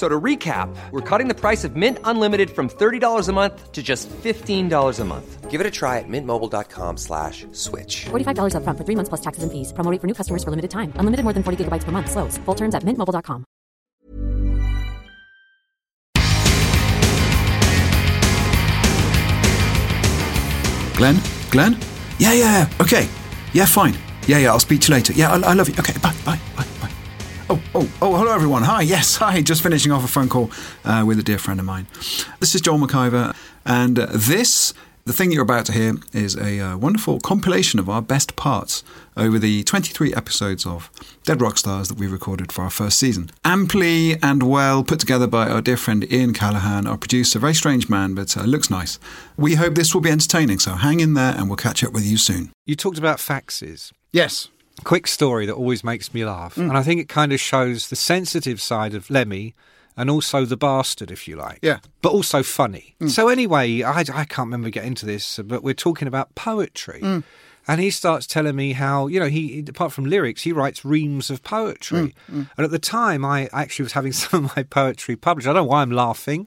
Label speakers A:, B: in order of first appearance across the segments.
A: So to recap, we're cutting the price of Mint Unlimited from $30 a month to just $15 a month. Give it a try at mintmobile.com slash switch.
B: $45 up front for three months plus taxes and fees. Promoting for new customers for limited time. Unlimited more than 40 gigabytes per month. Slows. Full terms at mintmobile.com.
C: Glenn? Glenn? Yeah, yeah, yeah. Okay. Yeah, fine. Yeah, yeah, I'll speak to you later. Yeah, I, I love you. Okay, bye, bye, bye, bye. Oh, oh, oh, hello everyone. Hi, yes, hi. Just finishing off a phone call uh, with a dear friend of mine. This is Joel McIver, and uh, this, the thing that you're about to hear, is a uh, wonderful compilation of our best parts over the 23 episodes of Dead Rock Stars that we recorded for our first season. Amply and well put together by our dear friend Ian Callahan, our producer, very strange man, but uh, looks nice. We hope this will be entertaining, so hang in there and we'll catch up with you soon.
D: You talked about faxes.
C: Yes.
D: Quick story that always makes me laugh.
C: Mm.
D: And I think it kind of shows the sensitive side of Lemmy and also the bastard, if you like.
C: Yeah. Mm.
D: But also funny. So, anyway, I, I can't remember getting into this, but we're talking about poetry.
C: Mm.
D: And he starts telling me how, you know, he, apart from lyrics, he writes reams of poetry.
C: Mm,
D: And at the time, I actually was having some of my poetry published. I don't know why I'm laughing.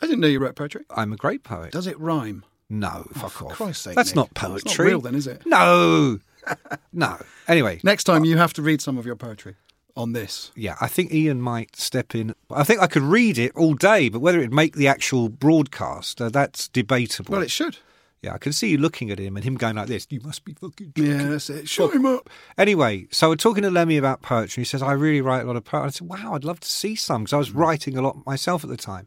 C: I didn't know you wrote poetry.
D: I'm a great poet.
C: Does it rhyme?
D: No, fuck
C: for
D: off.
C: Christ's sake,
D: That's
C: Nick.
D: not
C: It's not
D: poetry.
C: real then, is it?
D: No. no. Anyway.
C: Next time you have to read some of your poetry on this.
D: Yeah, I think Ian might step in. I think I could read it all day, but whether it'd make the actual broadcast, uh, that's debatable.
C: Well, it should.
D: yeah, I can see you looking at him and him going like this. You must be fucking.
C: Yeah, that's it. Shut him up.
D: Anyway, so we're talking to Lemmy about poetry. He says, I really write a lot of poetry. I said, wow, I'd love to see some because I was
C: Mm.
D: writing a lot myself at the time.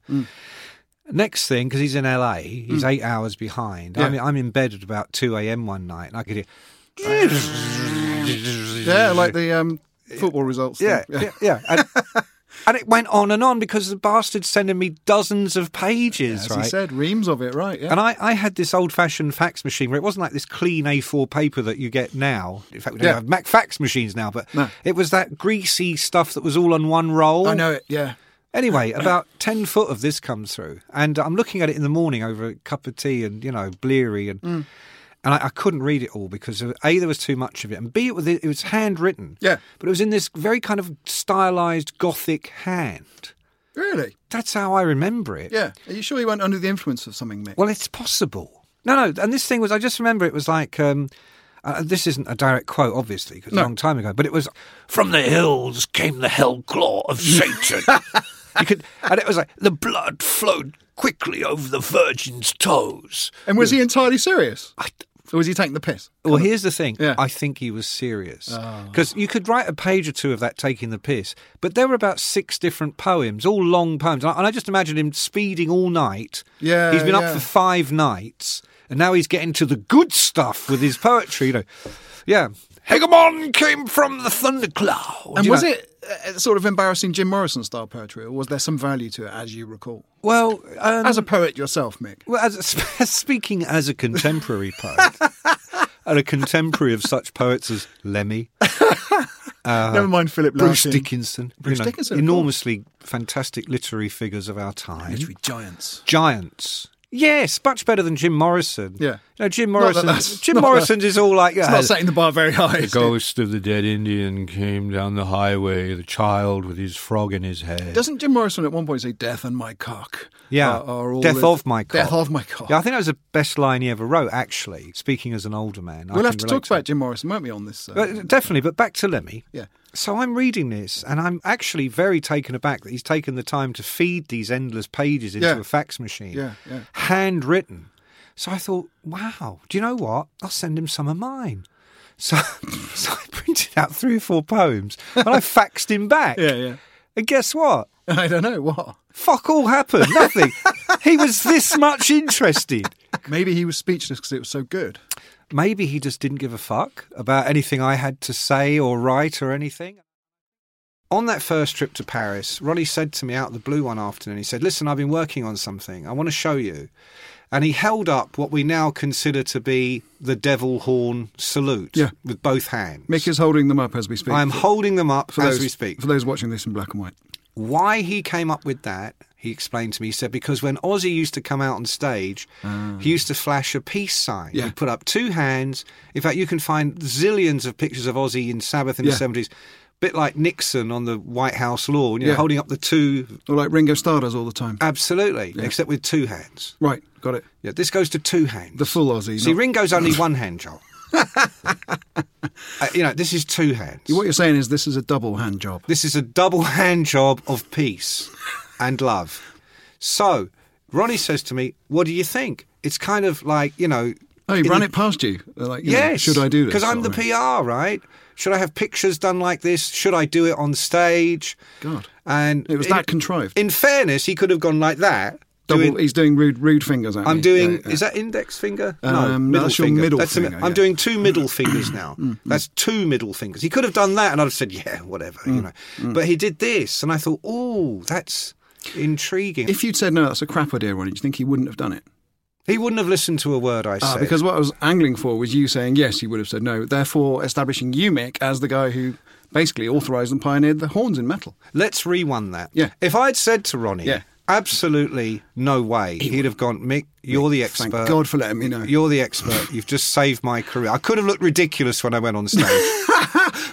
D: Next thing, because he's in LA, he's eight hours behind. I
C: Mm. Yeah.
D: mean, I'm in bed at about 2 a.m. one night and I could hear.
C: Yeah, like the um, football results. thing.
D: Yeah, yeah, yeah. And, and it went on and on because the bastard's sending me dozens of pages,
C: As
D: right?
C: he said, reams of it, right? Yeah.
D: And I, I had this old fashioned fax machine where it wasn't like this clean A4 paper that you get now. In fact, we don't
C: Yeah.
D: have Mac fax machines now, but
C: No.
D: it was that greasy stuff that was all on one roll.
C: I know it. Yeah.
D: Anyway, about 10 foot of this comes through, and I'm looking at it in the morning over a cup of tea and, you know, bleary. And
C: Mm.
D: and I, I couldn't read it all because, of, A, there was too much of it, and B, it was, it was handwritten.
C: Yeah.
D: But it was in this very kind of stylized Gothic hand.
C: Really?
D: That's how I remember it.
C: Yeah. Are you sure you weren't under the influence of something, Mick?
D: Well, it's possible. No, no. And this thing was, I just remember it was like, um, uh, this isn't a direct quote, obviously, 'cause it's
C: No.
D: a long time ago, but it was, from the hills came the hell claw of Satan. you could, and it was like, the blood flowed quickly over the virgin's toes.
C: and was he entirely serious?
D: I,
C: Or was he taking the piss?
D: well, here's the thing.
C: Yeah. Ah.
D: I think he was serious because you could write a page or two of that taking the piss, but there were about six different poems, all long poems, and I, and I just imagine him speeding all night.
C: Yeah,
D: he's been up
C: yeah.
D: for five nights, and now he's getting to the good stuff with his poetry. You know, yeah. Hegemon came from the thundercloud.
C: And
D: you
C: was
D: know.
C: it uh, sort of embarrassing Jim Morrison style poetry, or was there some value to it, as you recall?
D: Well, um,
C: as a poet yourself, Mick.
D: Well, as, speaking as a contemporary poet and a contemporary of such poets as Lemmy, Uh,
C: Never mind Philip
D: Bruce
C: Larkin.
D: Dickinson, you
C: Bruce
D: know,
C: Dickinson, of
D: enormously fantastic literary figures of our time,
C: Literary giants.
D: giants. Yes, much better than Jim Morrison.
C: Yeah.
D: no, Jim
C: Not that
D: Morrison.
C: that's-
D: Jim
C: not that-
D: Morrison's is all like
C: It's
D: yeah,
C: not setting the bar very high.
E: The
C: is it?
E: ghost of the dead Indian came down the highway, the child with his frog in his head.
C: Doesn't Jim Morrison at one point say "Death and my cock"?
D: yeah,
C: Are- are all
D: death
C: the-
D: of my cock.
C: Death of my cock.
D: Yeah, I think that was the best line he ever wrote. Actually, speaking as an older man, I
C: we'll
D: can
C: have to
D: relate
C: talk about Jim Morrison, won't we, on this? Uh,
D: But- definitely, but back to Lemmy.
C: yeah.
D: So I'm reading this, and I'm actually very taken aback that he's taken the time to feed these endless pages into
C: Yeah.
D: a fax machine,
C: Yeah, yeah.
D: handwritten. So I thought, wow, do you know what? I'll send him some of mine. So, so I printed out three or four poems, and I faxed him back.
C: Yeah, yeah.
D: And guess what?
C: I don't know what.
D: Fuck all happened. Nothing. he was this much interested.
C: Maybe he was speechless because it was so good.
D: Maybe he just didn't give a fuck about anything I had to say or write or anything. On that first trip to Paris, Ronnie said to me out of the blue one afternoon, he said, Listen, I've been working on something. I want to show you. And he held up what we now consider to be the devil horn salute
C: Yeah.
D: with both hands.
C: Mick is holding them up as we speak.
D: I'm holding them up
C: for
D: as
C: those,
D: we speak.
C: For those watching this in black and white.
D: Why he came up with that, he explained to me. He said, because when Ozzy used to come out on stage, he used to flash a peace sign.
C: Ah. Yeah.
D: He'd put up two hands. In fact, you can find zillions of pictures of Ozzy in Sabbath in
C: Yeah.
D: the 70s, bit like Nixon on the White House lawn, you know,
C: Yeah.
D: holding up the two.
C: Or like Ringo Starr does all the time.
D: Uh, Absolutely, except with two hands.
C: Right, got it.
D: Yeah, this goes to two hands.
C: The full Aussie.
D: See,
C: not-
D: Ringo's only one hand job. Uh, you know, this is two hands.
C: what you're saying is this is a double hand job.
D: This is a double hand job of peace and love. So, Ronnie says to me, What do you think? It's kind of like, you know,
C: Oh, he
D: in
C: ran
D: the-
C: it past you. They're Like, you know,
D: yes.
C: should I do this?
D: Because I'm the
C: sort of thing.
D: PR, right? Should I have pictures done like this? Should I do it on stage?
C: God.
D: And
C: It was
D: in-
C: that contrived.
D: In fairness, he could have gone like that.
C: Double,
D: doing-
C: he's doing rude, rude fingers at
D: I'm
C: me.
D: doing.
C: Yeah, yeah.
D: Is that index finger?
C: Um,
D: middle
C: that's your
D: finger.
C: middle
D: the mi-
C: finger,
D: I'm
C: yeah. Mm,
D: doing two middle fingers now. that's two middle fingers. He could have done that, and I'd have said, "Yeah, whatever,"
C: Mm,
D: you know. But he did this, and I thought, "Oh, that's intriguing."
C: If you'd said, no, that's a crap idea, Ronnie, do you think he wouldn't have done it?
D: he wouldn't have listened to a word I
C: Ah,
D: said
C: because what I was angling for was you saying yes, he would have said no, therefore establishing you, Mick, as the guy who basically authorised and pioneered the horns in metal.
D: Let's rewind that.
C: Yeah.
D: If I'd said to Ronnie,
C: Yeah.
D: "Absolutely no way," he would have gone, "Mick, you're the expert."
C: Thank God for letting me know.
D: You're the expert. You've just saved my career. I could have looked ridiculous when I went on stage.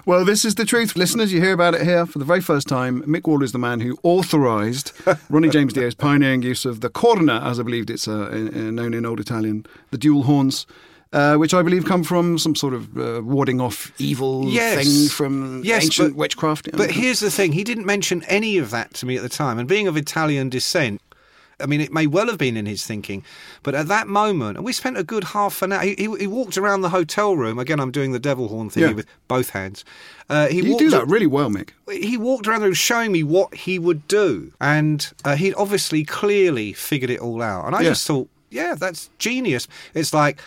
C: Well, this is the truth. Listeners, you hear about it here for the very first time. Mick Wall is the man who authorised Ronnie James Dio's pioneering use of the corna, as I believed it's uh, in- in- known in Old Italian, the dual horns. Uh, which I believe come from some sort of uh, warding off evil
D: Yes.
C: thing from
D: Yes,
C: ancient
D: but-
C: witchcraft.
D: But here's the thing he didn't mention any of that to me at the time. And being of Italian descent, I mean, it may well have been in his thinking, but at that moment, and we spent a good half an hour. He, he, he walked around the hotel room. Again, I'm doing the devil horn thing
C: Yeah.
D: with both hands. Uh, he
C: you
D: walked
C: do that really well, Mick.
D: he walked around the room showing me what he would do, and uh, he'd obviously clearly figured it all out. And I
C: Yeah.
D: just thought, yeah, that's genius. It's like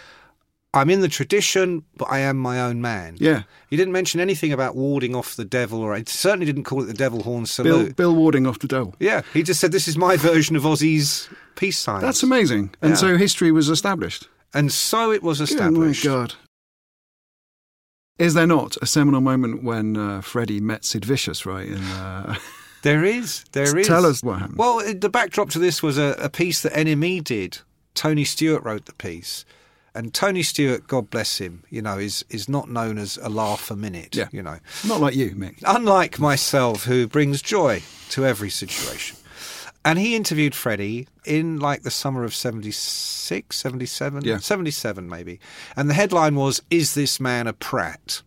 D: I'm in the tradition, but I am my own man.
C: Yeah.
D: he didn't mention anything about warding off the devil, or he certainly didn't call it the devil horn
C: Bill,
D: salute.
C: Bill Warding off the dole.
D: Yeah, he just said this is my version of Ozzy's peace sign.
C: That's amazing. And
D: Yeah.
C: so history was established.
D: And so it was established.
C: Oh my God. Is there not a seminal moment when uh, Freddie met Sid Vicious, right? In, uh,
D: There is. There is.
C: Tell us what happened.
D: Well, uh, the backdrop to this was a, a piece that NME did. Tony Stewart wrote the piece. And Tony Stewart, God bless him, you know, is is not known as a laugh a minute,
C: Yeah.
D: you know.
C: not like you, Mick.
D: Unlike myself, who brings joy to every situation. And he interviewed Freddie in like the summer of 76, 77,
C: Yeah.
D: 77 maybe. And the headline was, Is This Man a Prat?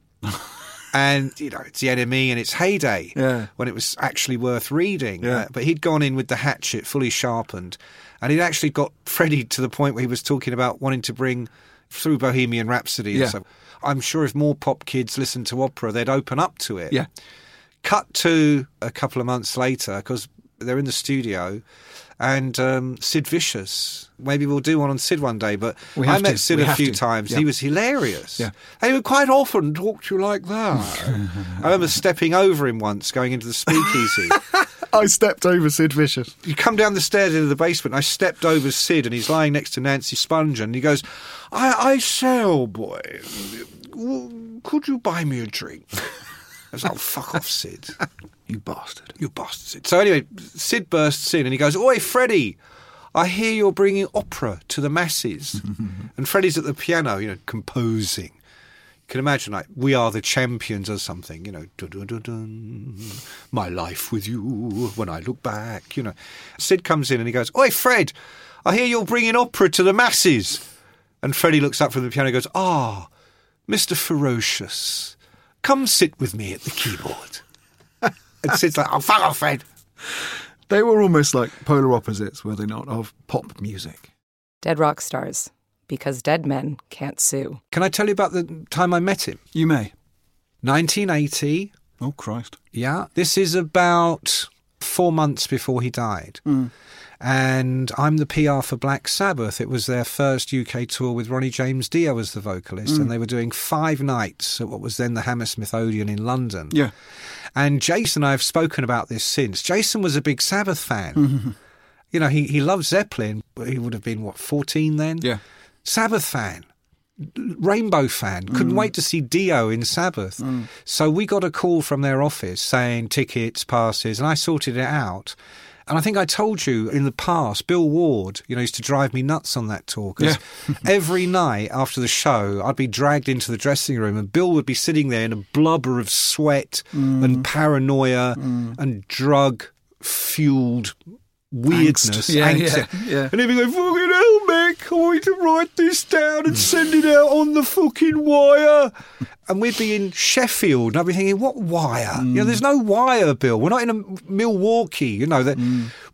D: and, you know, it's the enemy in its heyday
C: Yeah.
D: when it was actually worth reading.
C: Yeah.
D: Uh, but he'd gone in with the hatchet fully sharpened, and he'd actually got Freddie to the point where he was talking about wanting to bring through Bohemian Rhapsody. and
C: Yeah.
D: stuff. I'm sure if more pop kids listened to opera, they'd open up to it.
C: Yeah.
D: Cut to a couple of months later because they're in the studio. And um, Sid Vicious, maybe we'll do one on Sid one day. But
C: We
D: I
C: have
D: met
C: to.
D: Sid
C: We
D: a
C: have
D: few
C: to.
D: times.
C: Yeah.
D: He was hilarious.
C: Yeah.
D: And he would quite often talk to you like that. I remember stepping over him once, going into the speakeasy.
C: I stepped over Sid Vicious.
D: you come down the stairs into the basement. I stepped over Sid, and he's lying next to Nancy Sponge, and he goes, "I, I say, old boy, w- could you buy me a drink?" I was like, oh, "Fuck off, Sid,
C: You bastard.
D: you bastard." Sid. So anyway, Sid bursts in, and he goes, "Oi, Freddie." I hear you're bringing opera to the masses. and Freddie's at the piano, you know, composing. You can imagine, like, we are the champions or something, you know, dun, dun, dun, dun, my life with you when I look back, you know. Sid comes in and he goes, Oi, Fred, I hear you're bringing opera to the masses. And Freddie looks up from the piano and goes, Ah, Mr. Ferocious, come sit with me at the keyboard. and Sid's like, Oh, fuck off, Fred.
C: They were almost like polar opposites, were they not, of pop music?
F: Dead rock stars, because dead men can't sue.
D: Can I tell you about the time I met him?
C: You may.
D: 1980.
C: Oh, Christ.
D: Yeah. This is about four months before he died.
G: Hmm.
D: And I'm the PR for Black Sabbath. It was their first UK tour with Ronnie James Dio as the vocalist,
G: Hmm.
D: and they were doing five nights at what was then the Hammersmith Odeon in London.
G: Yeah.
D: And Jason, I've spoken about this since. Jason was a big Sabbath fan. you know, he, he loved Zeppelin. He would have been, what, 14 then?
G: Yeah.
D: Sabbath fan, Rainbow fan, couldn't
G: Mm.
D: wait to see Dio in Sabbath. So we got a call from their office saying tickets, passes, and I sorted it out. And I think I told you in the past, Bill Ward, you know, used to drive me nuts on that tour 'cause every night after the show, I'd be dragged into the dressing room and Bill would be sitting there in a blubber of sweat
G: Mm.
D: and paranoia and drug fueled weirdness.
G: Angst. Yeah,
D: angst.
G: yeah, yeah.
D: And he'd be like, fucking hell, Mick, I want you to write this down and send it out on the fucking wire. And we'd be in Sheffield and I'd be thinking, what wire? You know, there's no wire, Bill. We're not in a Milwaukee, you know, that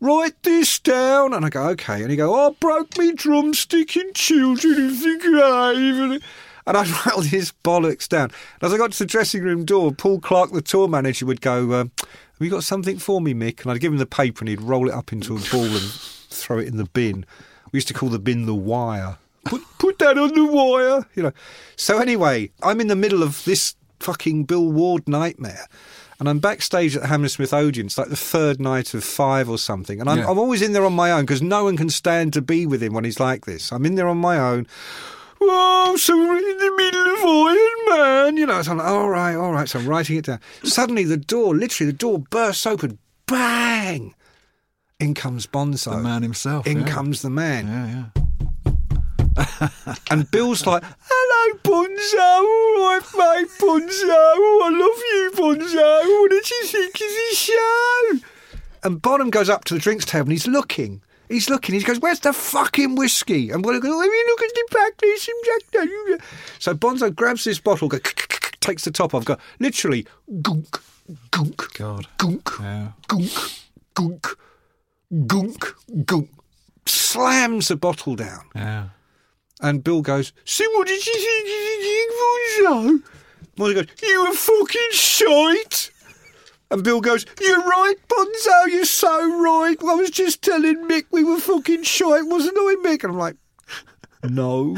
D: write this down. And I go, okay. And he go, oh, I broke me drumstick in children in the grave. And I'd rattle his bollocks down. And as I got to the dressing room door, Paul Clark, the tour manager, would go, uh, Have you got something for me, Mick? And I'd give him the paper and he'd roll it up into a ball and throw it in the bin. We used to call the bin the wire. Put, put that on the wire, you know. So, anyway, I'm in the middle of this fucking Bill Ward nightmare. And I'm backstage at the Hammersmith Odeon. It's like the third night of five or something. And I'm,
G: Yeah.
D: I'm always in there on my own because no one can stand to be with him when he's like this. I'm in there on my own. Whoa, so we're in the middle of Iron Man. You know, so I'm like, all right, all right. So I'm writing it down. Suddenly, the door, literally, the door bursts open. Bang! In comes Bonzo.
G: The man himself.
D: In
G: yeah.
D: comes the man.
G: Yeah, yeah.
D: And Bill's like, hello, Oh, Bonzo. All right, mate, Bonzo. Oh, I love you, Bonzo. What did you think of the show? And Bonham goes up to the drinks table and he's looking. He's looking. He goes, where's the fucking whiskey? And we're like, oh, if you look at the back, there's some Jack Daniel. So Bonzo grabs this bottle, goes, takes the top off, go, literally, goonk, goonk,
G: God.
D: goonk,
G: Yeah.
D: goonk, goonk, goonk, goonk. Slams the bottle down.
G: Yeah.
D: And Bill goes, See what did you think of the Big Bonzo? Molly goes, You were fucking shite. And Bill goes, You're right, Bonzo, you're so right. I was just telling Mick we were fucking shite, wasn't I, Mick? And I'm like, No.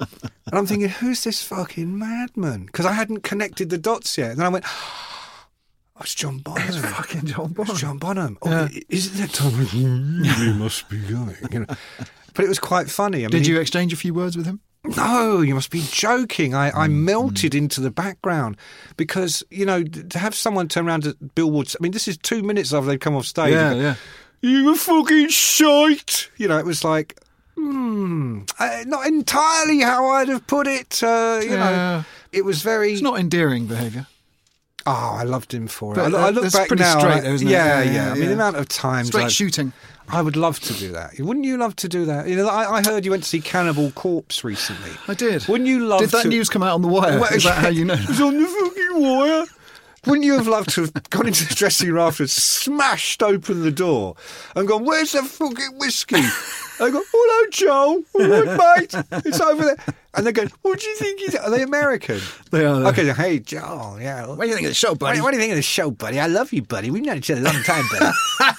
D: and I'm thinking, Who's this fucking madman? Because I hadn't connected the dots yet. And then I went, Oh, it's John Bonham. It's
G: fucking John
D: It's
G: Bonham.
D: John Bonham. Oh, Isn't that time I really must be going? You know. But it was quite funny. I mean,
G: Did
D: he-
G: you exchange a few words with him?
D: no, you must be joking. I, I
G: Mm,
D: melted into the background because, you know, d- to have someone turn around at Bill Woods, I mean, this is two minutes after they've come off stage. and go,
G: yeah.
D: You were fucking shite. You know, it was like, hmm, uh, not entirely how I'd have put it. Uh, you
G: Yeah.
D: know, it was very.
G: It's not endearing behaviour.
D: oh, I loved him for it.
G: But
D: I, lo-
G: that-
D: I look
G: that's
D: back
G: pretty
D: now.
G: straight
D: I-
G: though, isn't it?
D: Yeah,
G: Yeah,
D: yeah,
G: yeah,
D: I mean,
G: yeah.
D: the amount of times.
G: Straight
D: I've-
G: shooting.
D: I would love to do that. Wouldn't you love to do that? You know, I, I heard you went to see Cannibal Corpse recently.
G: I did.
D: Wouldn't you love
G: Did that
D: to-
G: news come out on the wire?
D: Well,
G: Is that
D: yeah.
G: how you know?
D: It was on the fucking wire. Wouldn't you have loved to have gone into the dressing room afterwards, smashed open the door, and gone, Where's the fucking whiskey? I go, Hello, Joel. All right, mate. It's over there. And they go, What do you think? Is Are they American?
G: They are, they're-
D: Okay, so, hey, Joel. Yeah. What do you think of the show, buddy? What, do you think of the show, buddy? I love you, buddy. We've known each other a long time, buddy.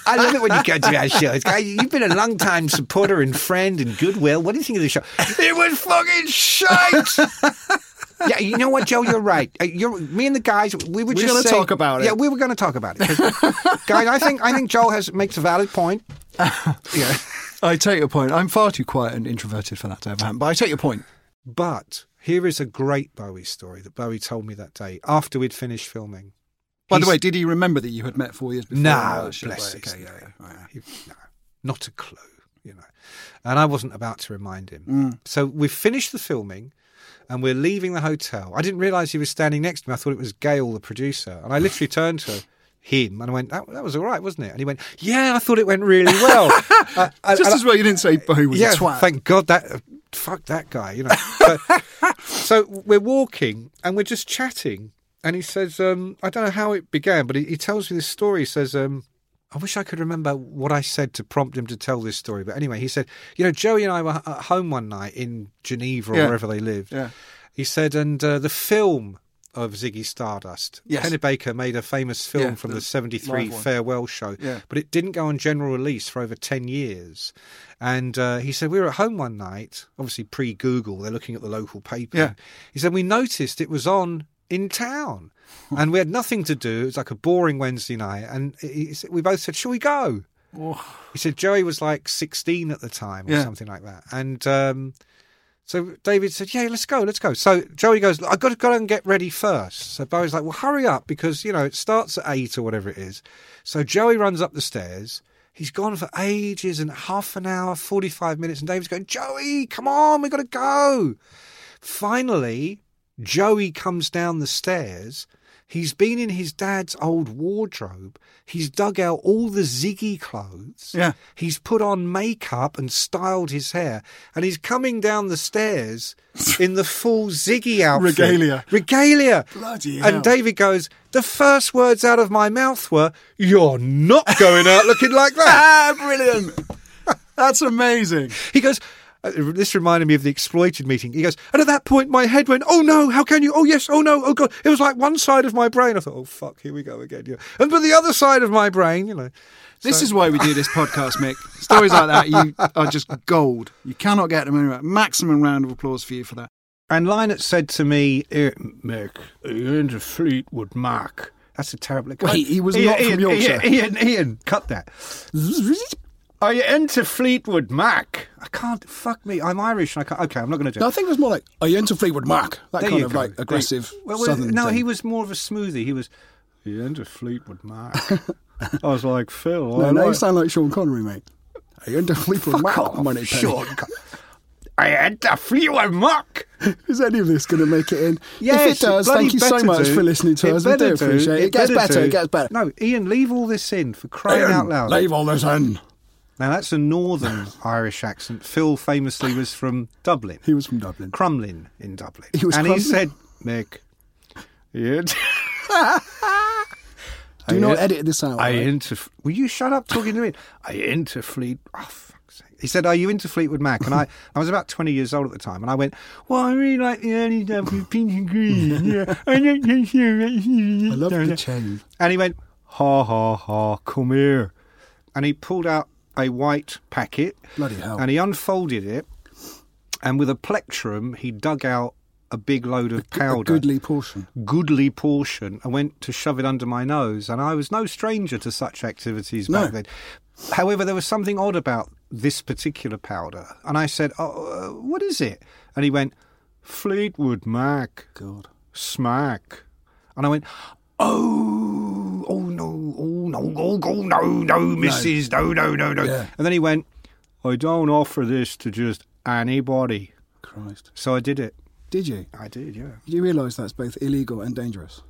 D: I love it when you come to our show. It's- You've been a long time supporter and friend and goodwill. What do you think of the show? It was fucking shite. Yeah, you know what, Joe? You're right. Uh, You're, me and the guys, we were
G: We're
D: just
G: gonna
D: saying-
G: talk about it.
D: Yeah, we were going to talk about it. 'Cause- guys, I think I think Joel has makes a valid point. yeah,
G: I take your point. I'm far too quiet and introverted for that to ever happen. But I take your point.
D: but here is a great Bowie story that Bowie told me that day after we'd finished filming.
G: By the
D: He's-
G: way, did he remember that you had met four years before?
D: No,
G: Oh, shit,
D: bless
G: right,
D: his
G: okay, yeah,
D: name.
G: yeah, right.
D: He- no, not a clue, you know. And I wasn't about to remind him. So we finished the filming and we're leaving the hotel. I didn't realise he was standing next to me. I thought it was Gail, the producer. And I literally turned to him and I went, that, that was all right, wasn't it? And he went, yeah, I thought it went really well. Uh, and-
G: Just
D: and
G: as well you didn't say Bowie was
D: yeah,
G: a twat.
D: Thank God that. Fuck that guy, you know. But, so we're walking and we're just chatting, and he says, um, "I don't know how it began, but he, he tells me this story." He says, um, "I wish I could remember what I said to prompt him to tell this story." But anyway, he said, "You know, Joey and I were h- at home one night in Geneva or
G: Yeah.
D: wherever they lived."
G: Yeah.
D: He said, "And uh, the film of Ziggy Stardust.
G: Yes.
D: Kenny Baker made a famous film
G: Yeah,
D: from
G: the
D: the 73
G: live one.
D: farewell show,
G: Yeah.
D: but it didn't go on general release for over 10 years. And uh, he said, We were at home one night, obviously pre Google, they're looking at the local paper.
G: Yeah.
D: He said, We noticed it was on in town and we had nothing to do. It was like a boring Wednesday night. And he- he said- we both said, Shall we go? He said Joey was like 16 at the time or
G: Yeah.
D: something like that. And um, so David said, Yeah, let's go, let's go. So Joey goes, I've got to go and get ready first. So Barry's like, Well, hurry up because, you know, it starts at eight or whatever it is. So Joey runs up the stairs. He's gone for ages and half an hour, 45 minutes. And David's going, Joey, come on, we got to go. Finally, Joey comes down the stairs. He's been in his dad's old wardrobe. He's dug out all the Ziggy clothes.
G: Yeah.
D: He's put on makeup and styled his hair. And he's coming down the stairs in the full Ziggy outfit.
G: Regalia.
D: Regalia.
G: Bloody hell.
D: And David goes, The first words out of my mouth were, You're not going out looking like
G: Ah,
D: that.
G: brilliant. That's amazing.
D: He goes, uh, this reminded me of the exploited meeting. He goes, and at that point, my head went, oh no, how can you? Oh yes, oh no, oh god. It was like one side of my brain. I thought, oh fuck, here we go again. Yeah. And but the other side of my brain, you know,
G: This is why we do this podcast, Mick. Stories like that you are just gold. You cannot get them anywhere. Maximum round of applause for you for that.
D: And Lynott said to me, "Eh,
E: Mick, you ain't a Fleetwood Mac.
D: that's a terrible.
G: Wait, he was not from Yorkshire.
D: Ian, Ian, Ian, cut that.
E: Are you into Fleetwood Mac?
D: I can't. Fuck me. I'm Irish. And I can't. Okay, I'm not going to do.
C: No, I
D: it.
C: think it was more like are you into Fleetwood Mac? That
D: There
C: kind
D: you
C: of
D: go.
C: like
D: There-
C: aggressive
D: Well, well,
C: southern.
D: no,
C: thing.
D: he was more of a smoothie. He was.
E: You into Fleetwood Mac? I was like, Phil, I
C: No, now you
E: like- Oh,
C: sound like Sean Connery, mate. Are you into Fleetwood Mac? Money
G: Sure.
E: I into Fleetwood Mac.
C: Is any of this going to make it in?
D: Yes,
C: if it does,
D: bloody
C: thank you so
D: better
C: much
D: do.
C: for listening to
D: It
C: us. We do
D: better
C: appreciate it. It gets
D: better
C: better.
D: do.
C: It gets better.
D: No, Ian, leave all this in for crying
C: Ian,
D: out loud.
C: Leave all this in.
D: Now that's a northern Irish accent. Phil famously was from Dublin,
C: He was from Dublin.
D: Crumlin in Dublin,
C: He was
D: and he
C: Crumlin?
D: said, "Mick,
E: You into-
C: Do not edit this out.
E: I
C: right?
E: into. F-
D: will you shut up talking to me?"
E: I into Fleet.
D: Oh, fuck's sake. He said, "Are you into Fleetwood Mac?" And I, I was about twenty years old at the time, and I went, "Well, I really like the early stuff with Pink and Green." Yeah, I don't think so.
C: I love the chain.
D: And he went, "Ha ha ha! Come here!" And he pulled out a white packet.
C: Bloody hell.
D: And he unfolded it, and with a plectrum, he dug out a big load of powder,
C: A goodly portion.
D: goodly portion, and went to shove it under my nose. And I was no stranger to such activities
C: No.
D: back then. However, there was something odd about this particular powder, and I said, "Oh, uh, what is it?" And he went, "Fleetwood Mac."
C: God.
D: smack. And I went, oh, oh no, oh no, oh, oh no, no, missus, no, no, no, no.
C: Yeah.
D: And then he went, I don't offer this to just anybody.
C: Christ.
D: So I did it.
C: Did you?
D: I did, yeah.
C: Did you realise that's both illegal and dangerous?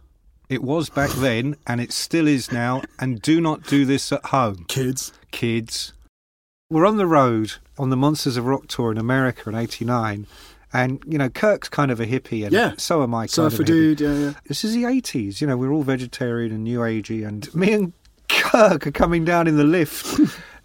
D: It was back then, and it still is now. And do not do this at home,
C: Kids.
D: kids. We're on the road on the Monsters of Rock tour in America in '89, and you know Kirk's kind of a hippie, and
C: Yeah.
D: so am I. Kind of a
C: Surfer
D: hippie.
C: dude. Yeah, yeah.
D: this is the 80s you know we're all vegetarian and new agey and me and kirk are coming down in the lift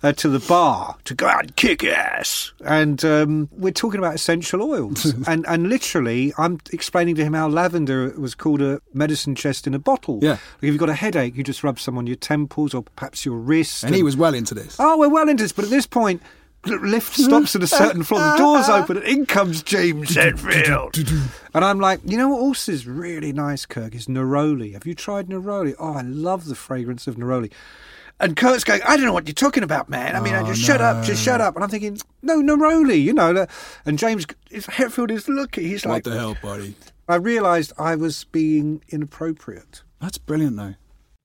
D: uh, to the bar to go out and kick ass and um, we're talking about essential oils and and literally i'm explaining to him how lavender was called a medicine chest in a bottle
C: Yeah.
D: like if you've got a headache you just rub some on your temples or perhaps your wrist
C: And he was well into this.
D: oh we're well into this but at this point the lift stops at a certain floor the doors open and in comes james hetfield and I'm like, you know what else is really nice, Kirk, is Neroli. Have you tried Neroli? Oh, I love the fragrance of Neroli. And Kurt's going, I don't know what you're talking about, man. I mean,
C: Oh,
D: I just shut up, just shut up. And I'm thinking, no, Neroli, you know. the- And James is, Hetfield is looking. He's
C: what
D: like,
C: the hell, buddy?
D: I realised I was being inappropriate.
C: That's brilliant, though.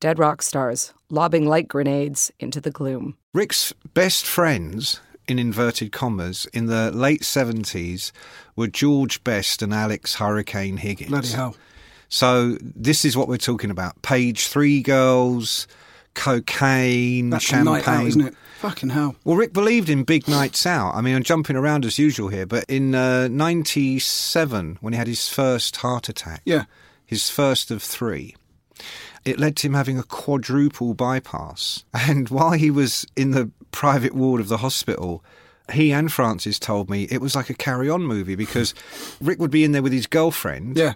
F: Dead rock stars lobbing light grenades into the gloom.
D: Rick's best friends, in inverted commas, in the late 70s were George Best and Alex Hurricane Higgins.
C: Bloody hell.
D: So this is what we're talking about: page three girls, cocaine,
C: That's a
D: champagne.
C: night out, isn't it? Fucking hell.
D: Well, Rick believed in big nights out. I mean, I'm jumping around as usual here, but in uh, '97, when he had his first heart attack,
C: Yeah.
D: his first of three. It led to him having a quadruple bypass. And while he was in the private ward of the hospital, he and Francis told me it was like a carry on movie because Rick would be in there with his girlfriend
C: Yeah.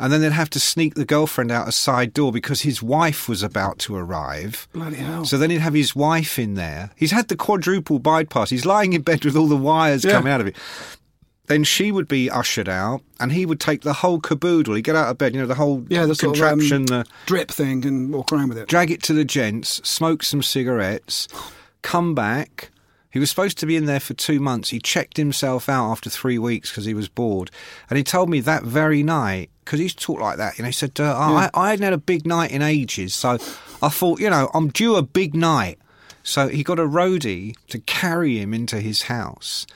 D: And then they'd have to sneak the girlfriend out a side door because his wife was about to arrive.
C: Bloody hell.
D: So then he'd have his wife in there. He's had the quadruple bypass. He's lying in bed with all the wires
G: Yeah.
D: coming out of it. Then she would be ushered out, and he would take the whole caboodle. He'd get out of bed, you know, the whole
C: yeah, the sort of, um,
D: contraption, uh, the
C: drip thing and walk around with it.
D: drag it to the gents, smoke some cigarettes, come back. He was supposed to be in there for two months. He checked himself out after three weeks because he was bored. And he told me that very night, because he's talked like that, you know, he said, uh, I, I hadn't had a big night in ages. So I thought, you know, I'm due a big night. So he got a roadie to carry him into his house,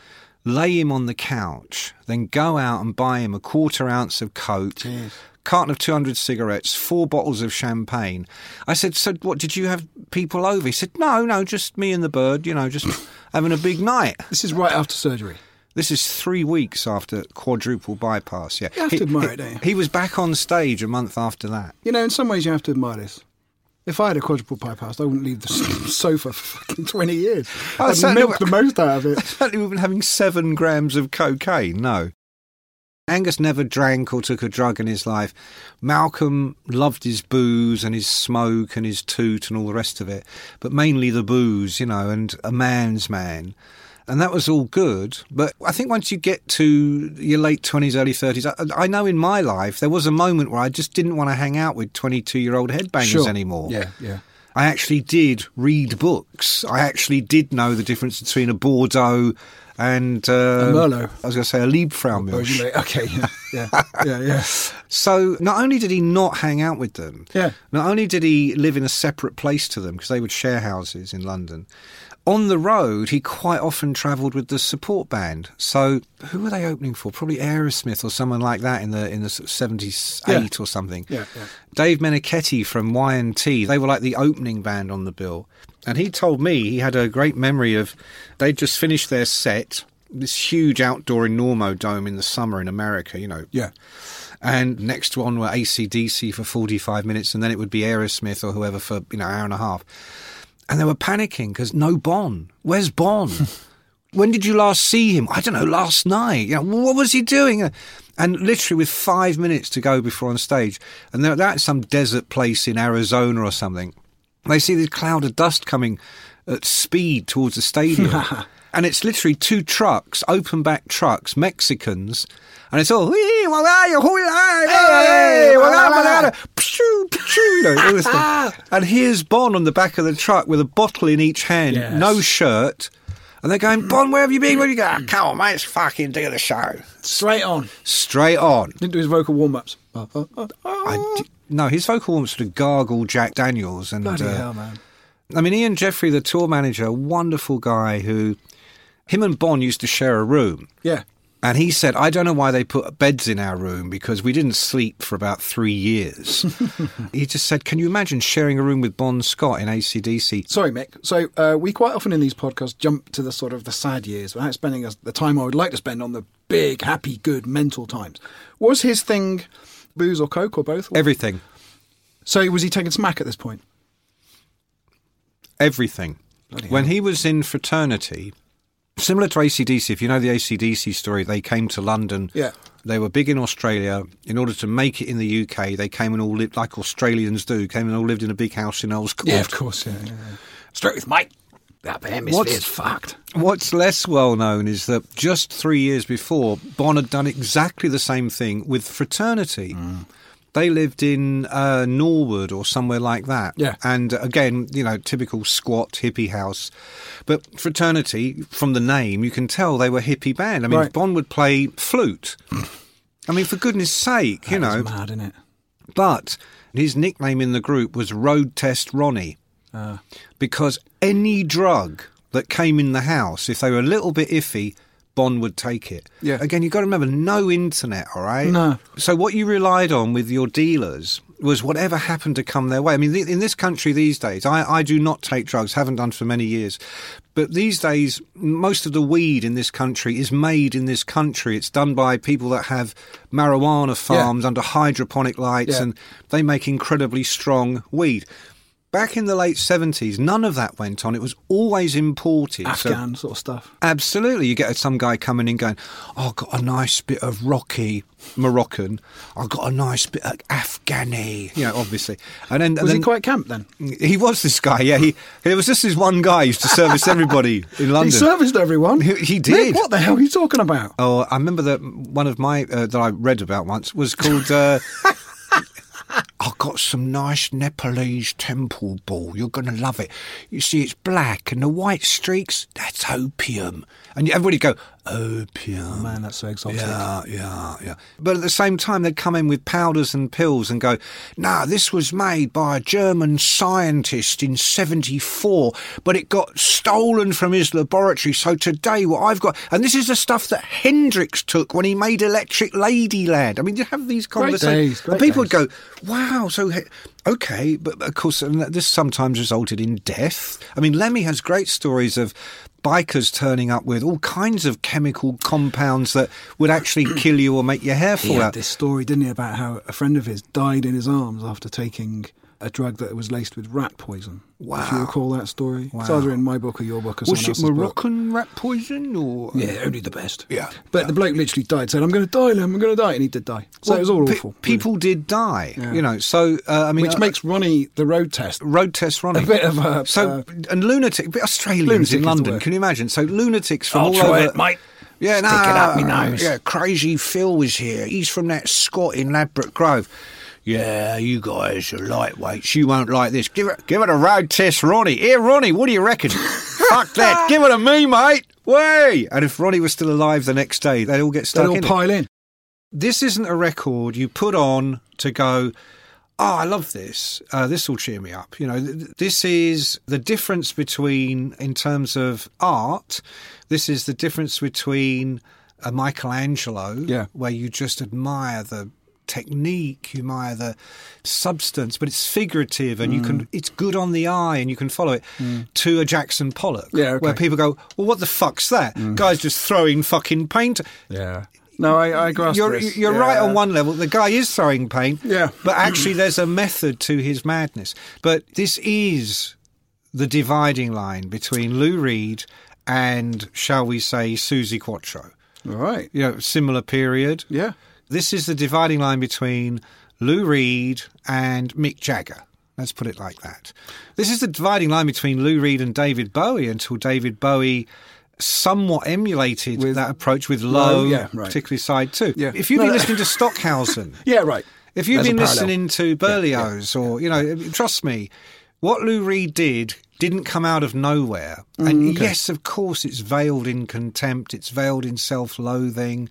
D: lay him on the couch, then go out and buy him a quarter ounce of Coke, carton of 200 cigarettes, four bottles of champagne. I said, So what, did you have people over? He said, No, no, just me and the bird, you know, just having a big night.
C: This is right after surgery.
D: This is three weeks after quadruple bypass, yeah.
C: You have
D: He-
C: to admire
D: he-
C: it, don't you?
D: He was back on stage a month after that.
C: You know, in some ways, you have to admire this. If I had a quadruple bypass, I wouldn't leave the s- sofa for fucking 20 years.
D: Oh,
C: I'd
D: so-
C: milk the most out of it.
D: certainly we've been having seven grams of cocaine. No. Angus never drank or took a drug in his life. Malcolm loved his booze and his smoke and his toot and all the rest of it, but mainly the booze, you know, and a man's man. And that was all good. But I think once you get to your late 20s, early 30s, I, I know in my life there was a moment where I just didn't want to hang out with 22 year old headbangers
C: Sure.
D: anymore.
C: Yeah, yeah.
D: I actually did read books. I actually did know the difference between a Bordeaux and uh,
C: Merlot. Oh,
D: I was going to say a Liebfraumilch.
C: Originally, Okay, yeah, yeah, yeah, yeah.
D: So not only did he not hang out with them,
C: Yeah.
D: not only did he live in a separate place to them because they would share houses in London. On the road, he quite often travelled with the support band. So who were they opening for? Probably Aerosmith or someone like that in the in the seventies eight or something.
C: Yeah, yeah.
D: Dave Menichetti from Y&T, they were like the opening band on the bill. And he told me he had a great memory of they'd just finished their set, this huge outdoor Enormo Dome in the summer in America, you know.
C: Yeah.
D: And next one were ACDC for 45 minutes, and then it would be Aerosmith or whoever for, you know, an hour and a half. And they were panicking because no Bon. Where's Bon? when did you last see him? I don't know, last night. You know, what was he doing? Uh, And literally with five minutes to go before on stage, and they're at some desert place in Arizona or something, they see this cloud of dust coming at speed towards the stadium. And it's literally two trucks, open back trucks, Mexicans, and it's all, "Wee, wah, wah, yo, hoo, ah, hey, wah, wah, wah, wah, wah." Pshoo, pshoo, you know, all this stuff. And here's Bon on the back of the truck with a bottle in each hand,
C: Yes.
D: no shirt. And they're going, Bon, where have you been? Where have you going? come on, mate, let's fucking do the show.
C: Straight on.
D: Straight on.
C: Didn't do his vocal Oh, warm ups.
D: I d- no, his vocal warm sort of gargle Jack Daniels. And,
C: Bloody
D: uh,
C: hell, man.
D: I mean, Ian Jeffrey, the tour manager, wonderful guy who, him and Bon used to share a room.
C: Yeah.
D: And he said, I don't know why they put beds in our room because we didn't sleep for about three years. he just said, Can you imagine sharing a room with Bon Scott in ACDC?
C: Sorry, Mick. So uh, we quite often in these podcasts jump to the sort of the sad years without spending us- the time I would like to spend on the big, happy, good mental times. Was his thing booze or coke or both?
D: Everything.
C: so was he taking smack at this point?
D: Everything. when he was in fraternity, similar to ACDC, if you know the ACDC story, they came to London.
C: Yeah.
D: They were big in Australia. In order to make it in the UK, they came and all lived, like Australians do, came and all lived in a big house in Earl's Court.
C: course. Yeah, yeah, yeah. Straight with Mike. That hemisphere's
D: What's-
C: fucked.
D: What's less well known is that just three years before, Bon had done exactly the same thing with fraternity.
C: Mm.
D: They lived in uh, Norwood or somewhere like that.
C: Yeah.
D: And again, you know, typical squat hippie house. But fraternity, from the name, you can tell they were hippie band. I mean,
C: Right.
D: Bon would play flute. I mean, for goodness sake, you know.
C: It's mad, isn't it?
D: But his nickname in the group was Road Test Ronnie
C: Ah.
D: because any drug that came in the house, if they were a little bit iffy, Bon would take it.
C: Yeah.
D: Again, you've got to remember no internet, all right?
C: No.
D: So what you relied on with your dealers was whatever happened to come their way. I mean, th- in this country these days, I, I do not take drugs, haven't done for many years. But these days, most of the weed in this country is made in this country. It's done by people that have marijuana farms under hydroponic lights
C: Yeah.
D: and they make incredibly strong weed. Back in the late 70s, none of that went on. It was always imported. So-
C: Afghan sort of stuff.
D: Absolutely. You get some guy coming in going, oh, I've got a nice bit of rocky Moroccan. I've got a nice bit of Afghani. You know, obviously. And then, and
C: Was
D: then
C: he quite camp then?
D: he was this guy, yeah. He, there was just this one guy who used to service everybody in London.
C: He serviced everyone.
D: He- he
C: Nick,
D: did.
C: what the hell are you talking about?
D: Oh, I remember that one of my uh, that I read about once was called. Uh, I got some nice Nepalese temple ball. You're going to love it. You see, it's black and the white streaks. That's opium, and everybody go opium.
C: Man, that's so exotic.
D: Yeah, yeah, yeah. But at the same time, they'd come in with powders and pills and go, nah, this was made by a German scientist in 74, but it got stolen from his laboratory. So today, what I've got, and this is the stuff that Hendrix took when he made Electric Ladyland. I mean, you have these
C: days,
D: conversations.
C: great
D: and people
C: days.
D: would go, wow, so, he- okay, but but of course, and this sometimes resulted in death. I mean, Lemmy has great stories of. Bikers turning up with all kinds of chemical compounds that would actually kill you or make your hair
C: He
D: fall
C: had
D: out.
C: this story, didn't he, about how a friend of his died in his arms after taking a drug that was laced with rat poison. If you
D: Wow.
C: recall that story. It's
D: Wow.
C: either in my book or your book or
D: Was
C: someone
D: it
C: else's book.
D: Moroccan rat poison or?
C: Yeah, only the best.
D: Yeah.
C: But the bloke literally died, said, I'm going to die, Lem, I'm going to die. And he did die. So
D: Well,
C: it was all
D: pe-
C: awful.
D: People did die, you know. So uh, I mean,
C: really. Which
D: uh,
C: makes Ronnie the road test.
D: road test running
C: A bit of a, uh,
D: so and lunatic, but Australians
C: lunatic is
D: in
C: the
D: London.
C: word.
D: Can you imagine? So lunatics from
C: I'll
D: all
C: try
D: over.
C: it, mate.
D: Yeah,
C: Stick
D: no,
C: it up me nose.
D: Yeah, crazy Phil was here. He's from that Scot in Ladbroke Grove. Yeah, you guys are lightweights. You won't like this. Give it, give it a road test, Ronnie. Here, Ronnie, what do you reckon? Fuck that. Give it to me, mate. Way. And if Ronnie was still alive the next day, they'd all get
C: They
D: stuck
C: all
D: in. it
C: pile in.
D: this isn't a record you put on to go, oh, I love this. Uh, this will cheer me up. You know, th- th- this is the difference between, in terms of art, this is the difference between a Michelangelo,
C: Yeah.
D: where you just admire the technique, you admire the substance, but it's figurative and you
C: Mm.
D: can, it's good on the eye and you can follow it, to a Jackson Pollock,
C: Yeah, okay.
D: where
C: Mm.
D: people go, well, what the fuck's that? Guy's just throwing fucking paint.
C: Yeah. No, I, I grasp
D: You're,
C: this.
D: you're right
C: Yeah.
D: on one level. The guy is throwing paint.
C: Yeah.
D: But actually, there's a method to his madness. But this is the dividing line between Lou Reed and, shall we say, Susie Quattro.
C: All right.
D: You know, similar period.
C: Yeah.
D: This is the dividing line between Lou Reed and Mick Jagger. Let's put it like that. This is the dividing line between Lou Reed and David Bowie until David Bowie somewhat emulated
C: With-
D: that approach with Low,
C: yeah, right.
D: particularly side two.
C: Yeah.
D: If you've been
C: No, no.
D: listening to Stockhausen,
C: Yeah, right.
D: if you've
C: There's a
D: been
C: parallel.
D: listening to Berlioz or, you know, trust me, what Lou Reed did didn't come out of nowhere. and
C: Mm,
D: yes, of course, it's veiled in contempt, it's veiled in self loathing.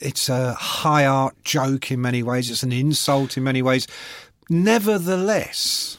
D: It's a high art joke in many ways, it's an insult in many ways. Nevertheless,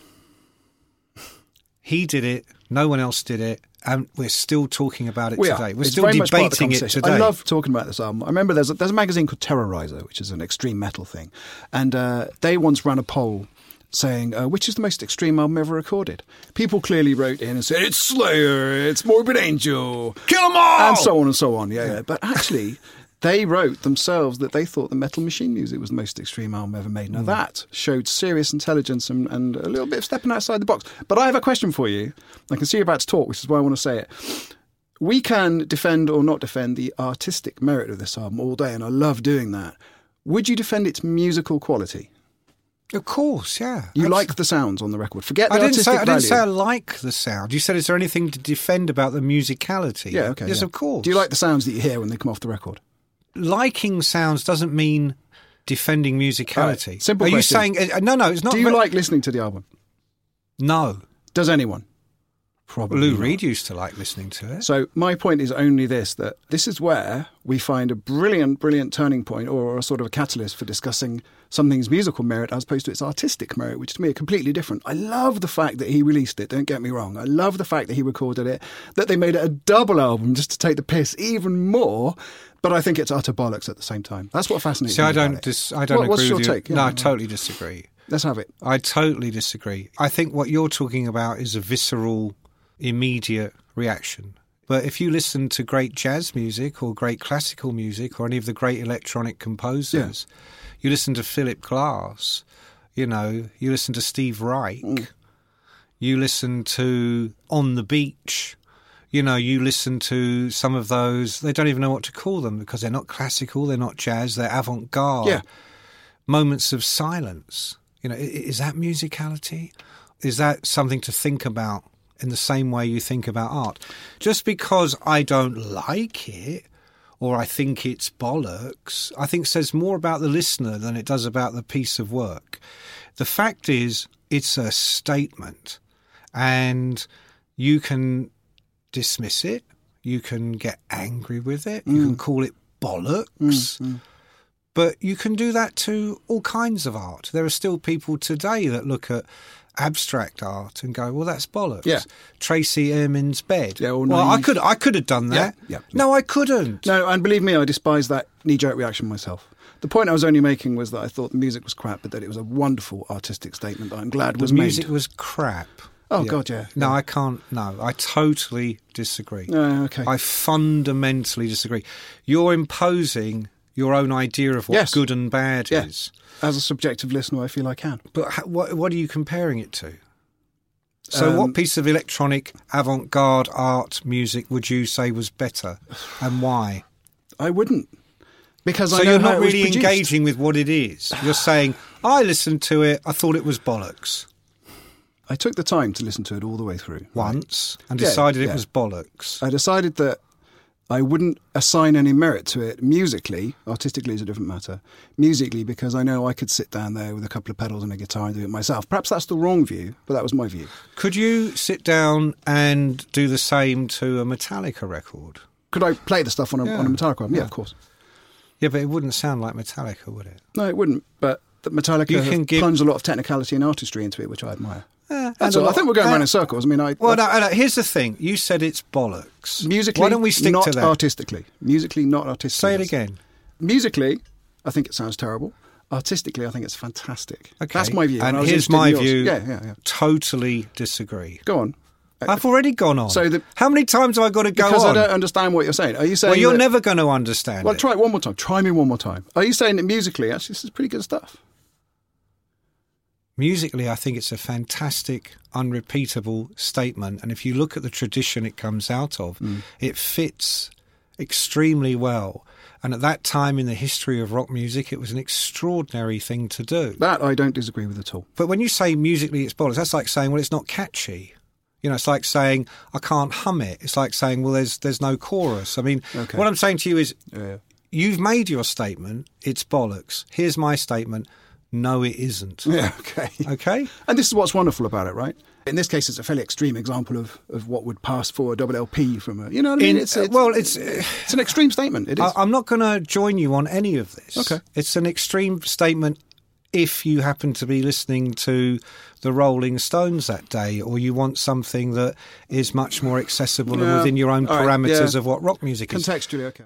D: he did it, no one else did it. And we're still talking about it
C: We
D: today.
C: are.
D: We're
C: It's
D: still
C: very much part of the
D: debating it
C: conversation.
D: today.
C: I love talking about this album. I remember there's a, there's a magazine called Terrorizer, which is an extreme metal thing, and uh, they once ran a poll saying uh, which is the most extreme album ever recorded. People clearly wrote in and said it's Slayer, it's Morbid Angel,
D: Kill 'em all!
C: and so on and so on. Yeah, yeah. but actually. They wrote themselves that they thought the Metal Machine music was the most extreme album ever made. Now, that showed serious intelligence and, and a little bit of stepping outside the box. But I have a question for you. I can see you're about to talk, which is why I want to say it we can defend or not defend the artistic merit of this album all day, and I love doing that. Would you defend its musical quality?
D: of course, yeah.
C: You
D: Absolutely.
C: like the sounds on the record. Forget the
D: I didn't,
C: artistic
D: say, I didn't
C: value.
D: say I like the sound. You said, is there anything to defend about the musicality?
C: yeah, okay.
D: Yes,
C: yeah.
D: of course.
C: Do you like the sounds that you hear when they come off the record?
D: liking sounds? Doesn't mean defending musicality.
C: Alright, simple
D: Are
C: question.
D: you saying uh, no? No, it's not.
C: Do you
D: but-
C: like listening to the album?
D: No,
C: Does anyone? Probably.
D: Lou
C: not.
D: Reed used to like listening to it.
C: So my point is only this: that this is where we find a brilliant, brilliant turning point, or a sort of a catalyst for discussing something's musical merit as opposed to its artistic merit, which to me are completely different. I love the fact that he released it. Don't get me wrong. I love the fact that he recorded it. That they made it a double album just to take the piss even more. But I think it's utter bollocks at the same time. That's what fascinates
D: See,
C: me.
D: I
C: about
D: don't.
C: it.
D: Dis- I don't
C: What-
D: agree
C: what's your
D: with
C: take?
D: you.
C: Yeah.
D: No, I totally disagree.
C: Let's have it.
D: I totally disagree. I think what you're talking about is a visceral, immediate reaction. But if you listen to great jazz music or great classical music or any of the great electronic composers, you listen to Philip Glass, you know, you listen to Steve Reich, you listen to On the Beach. You know, you listen to some of those, they don't even know what to call them because they're not classical, they're not jazz, they're avant garde.
C: Yeah.
D: Moments of silence. You know, i- i- is that musicality? Is that something to think about in the same way you think about art? Just because I don't like it or I think it's bollocks, I think says more about the listener than it does about the piece of work. The fact is, it's a statement, and you can dismiss it, you can get angry with it, you
C: Mm.
D: can call it bollocks. But you can do that to all kinds of art. There are still people today that look at abstract art and go, "Well, that's bollocks."
C: Yeah.
D: Tracy Emin's bed.
C: Yeah, or
D: well, I
C: naive-
D: could I could have done that.
C: Yeah, yeah.
D: No, I couldn't.
C: No, and believe me, I despise that knee jerk reaction myself. The point I was only making was that I thought the music was crap, but that it was a wonderful artistic statement that I'm glad was
D: the music
C: made.
D: was crap.
C: Oh, God, yeah.
D: No, I can't. No, I totally disagree.
C: Oh, okay.
D: I fundamentally disagree. You're imposing your own idea of what
C: Yes.
D: good and bad
C: Yeah.
D: is.
C: As a subjective listener, I feel I can.
D: But ha- what, what are you comparing it to? So,
C: Um,
D: what piece of electronic avant garde art music would you say was better and why?
C: I wouldn't. Because
D: So,
C: I know
D: you're
C: how
D: not
C: it was
D: really
C: produced.
D: engaging with what it is. You're saying, I listened to it, I thought it was bollocks
C: I took the time to listen to it all the way through.
D: once and
C: Yeah,
D: decided
C: yeah.
D: it was bollocks.
C: I decided that I wouldn't assign any merit to it musically. Artistically is a different matter. Musically, because I know I could sit down there with a couple of pedals and a guitar and do it myself. Perhaps that's the wrong view, but that was my view.
D: Could you sit down and do the same to a Metallica record?
C: Could I play the stuff on a,
D: Yeah.
C: on a Metallica album? Yeah,
D: Yeah.
C: of course.
D: Yeah, but it wouldn't sound like Metallica, would it?
C: No, it wouldn't. But the Metallica
D: You
C: have
D: can give-
C: plunged a lot of technicality and artistry into it, which I admire.
D: Yeah, and
C: That's
D: a
C: all. I
D: lot-
C: think we're going
D: uh,
C: around in circles. I mean, I
D: Well, no, no, here's the thing. You said it's bollocks.
C: musically,
D: why don't we stick
C: not
D: to that?
C: artistically. Musically, not artistically.
D: Say it again.
C: Musically, I think it sounds terrible. Artistically, I think it's fantastic.
D: Okay,
C: That's my view.
D: And
C: I was
D: here's
C: interested in
D: my
C: yours.
D: view.
C: Yeah, yeah, yeah.
D: Totally disagree.
C: Go on.
D: I've already gone on.
C: Uh, So the-
D: how many times have I got to go
C: because
D: on?
C: I don't understand what you're saying. Are you saying
D: well, you're
C: that-
D: never going to understand.
C: Well,
D: it.
C: try it one more time. Try me one more time. Are you saying that musically, actually, this is pretty good stuff?
D: Musically, I think it's a fantastic, unrepeatable statement. And if you look at the tradition it comes out of, it fits extremely well. And at that time in the history of rock music, it was an extraordinary thing to do.
C: That I don't disagree with at all.
D: But when you say musically it's bollocks, that's like saying, well, it's not catchy. You know, it's like saying I can't hum it. It's like saying, well, there's there's no chorus. I mean,
C: Okay.
D: what I'm saying to you is,
C: Yeah.
D: you've made your statement. It's bollocks. Here's my statement. No, it isn't.
C: Yeah, okay.
D: Okay.
C: And this is what's wonderful about it, right? In this case, it's a fairly extreme example of, of what would pass for a double LP from a, you know what I mean?
D: In-
C: it's, it's,
D: well, it's-
C: it's an extreme statement. It is.
D: I, I'm not going to join you on any of this.
C: Okay.
D: It's an extreme statement if you happen to be listening to the Rolling Stones that day, or you want something that is much more accessible and
C: Yeah.
D: within your own
C: All right,
D: parameters
C: yeah.
D: of what rock music is.
C: Contextually, okay.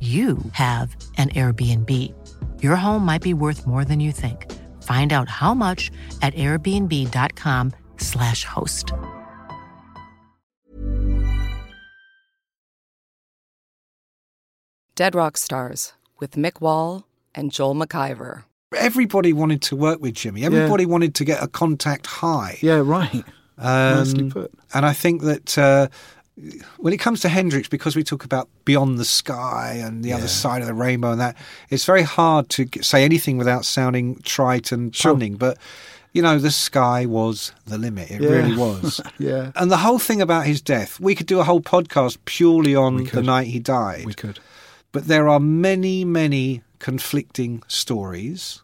H: you have an Airbnb. Your home might be worth more than you think. Find out how much at airbnb.com/slash host.
F: Dead Rock Stars with Mick Wall and Joel McIver.
D: Everybody wanted to work with Jimmy. Everybody wanted to get a contact high.
C: Yeah, right. Nicely put.
D: Um, And I think that uh, when it comes to Hendrix, because we talk about beyond the sky and the other side of the rainbow and that, it's very hard to g- say anything without sounding trite and punning. But you know, the sky was the limit. It
C: Yeah.
D: really was.
C: yeah.
D: And the whole thing about his death, we could do a whole podcast purely on the night he died. We
C: could.
D: But there are many, many conflicting stories.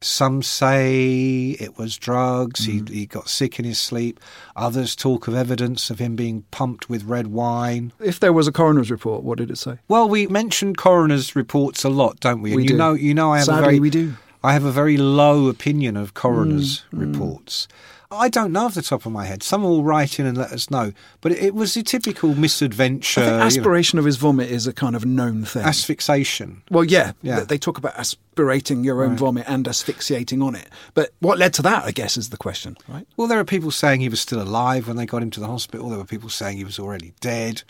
D: Some say it was drugs,
C: Mm.
D: he, he got sick in his sleep. Others talk of evidence of him being pumped with red wine.
C: If there was a coroner's report, what did it say?
D: Well, we mention coroner's reports a lot, don't we? And
C: We
D: you
C: do.
D: know, you know, I have
C: Sadly,
D: a very
C: we do. Mm,
D: I have a very low opinion of coroner's reports. I don't know off the top of my head. Someone will write in and let us know. But it, it was a typical misadventure,
C: I think
D: Uh, you know,
C: aspiration of his vomit is a kind of known thing.
D: asphyxiation.
C: well, yeah,
D: Yeah.
C: They talk about aspirating your own vomit and asphyxiating on it. But what led to that, I guess, is the question, right?
D: Well, there are people saying he was still alive when they got him to the hospital. There were people saying he was already dead.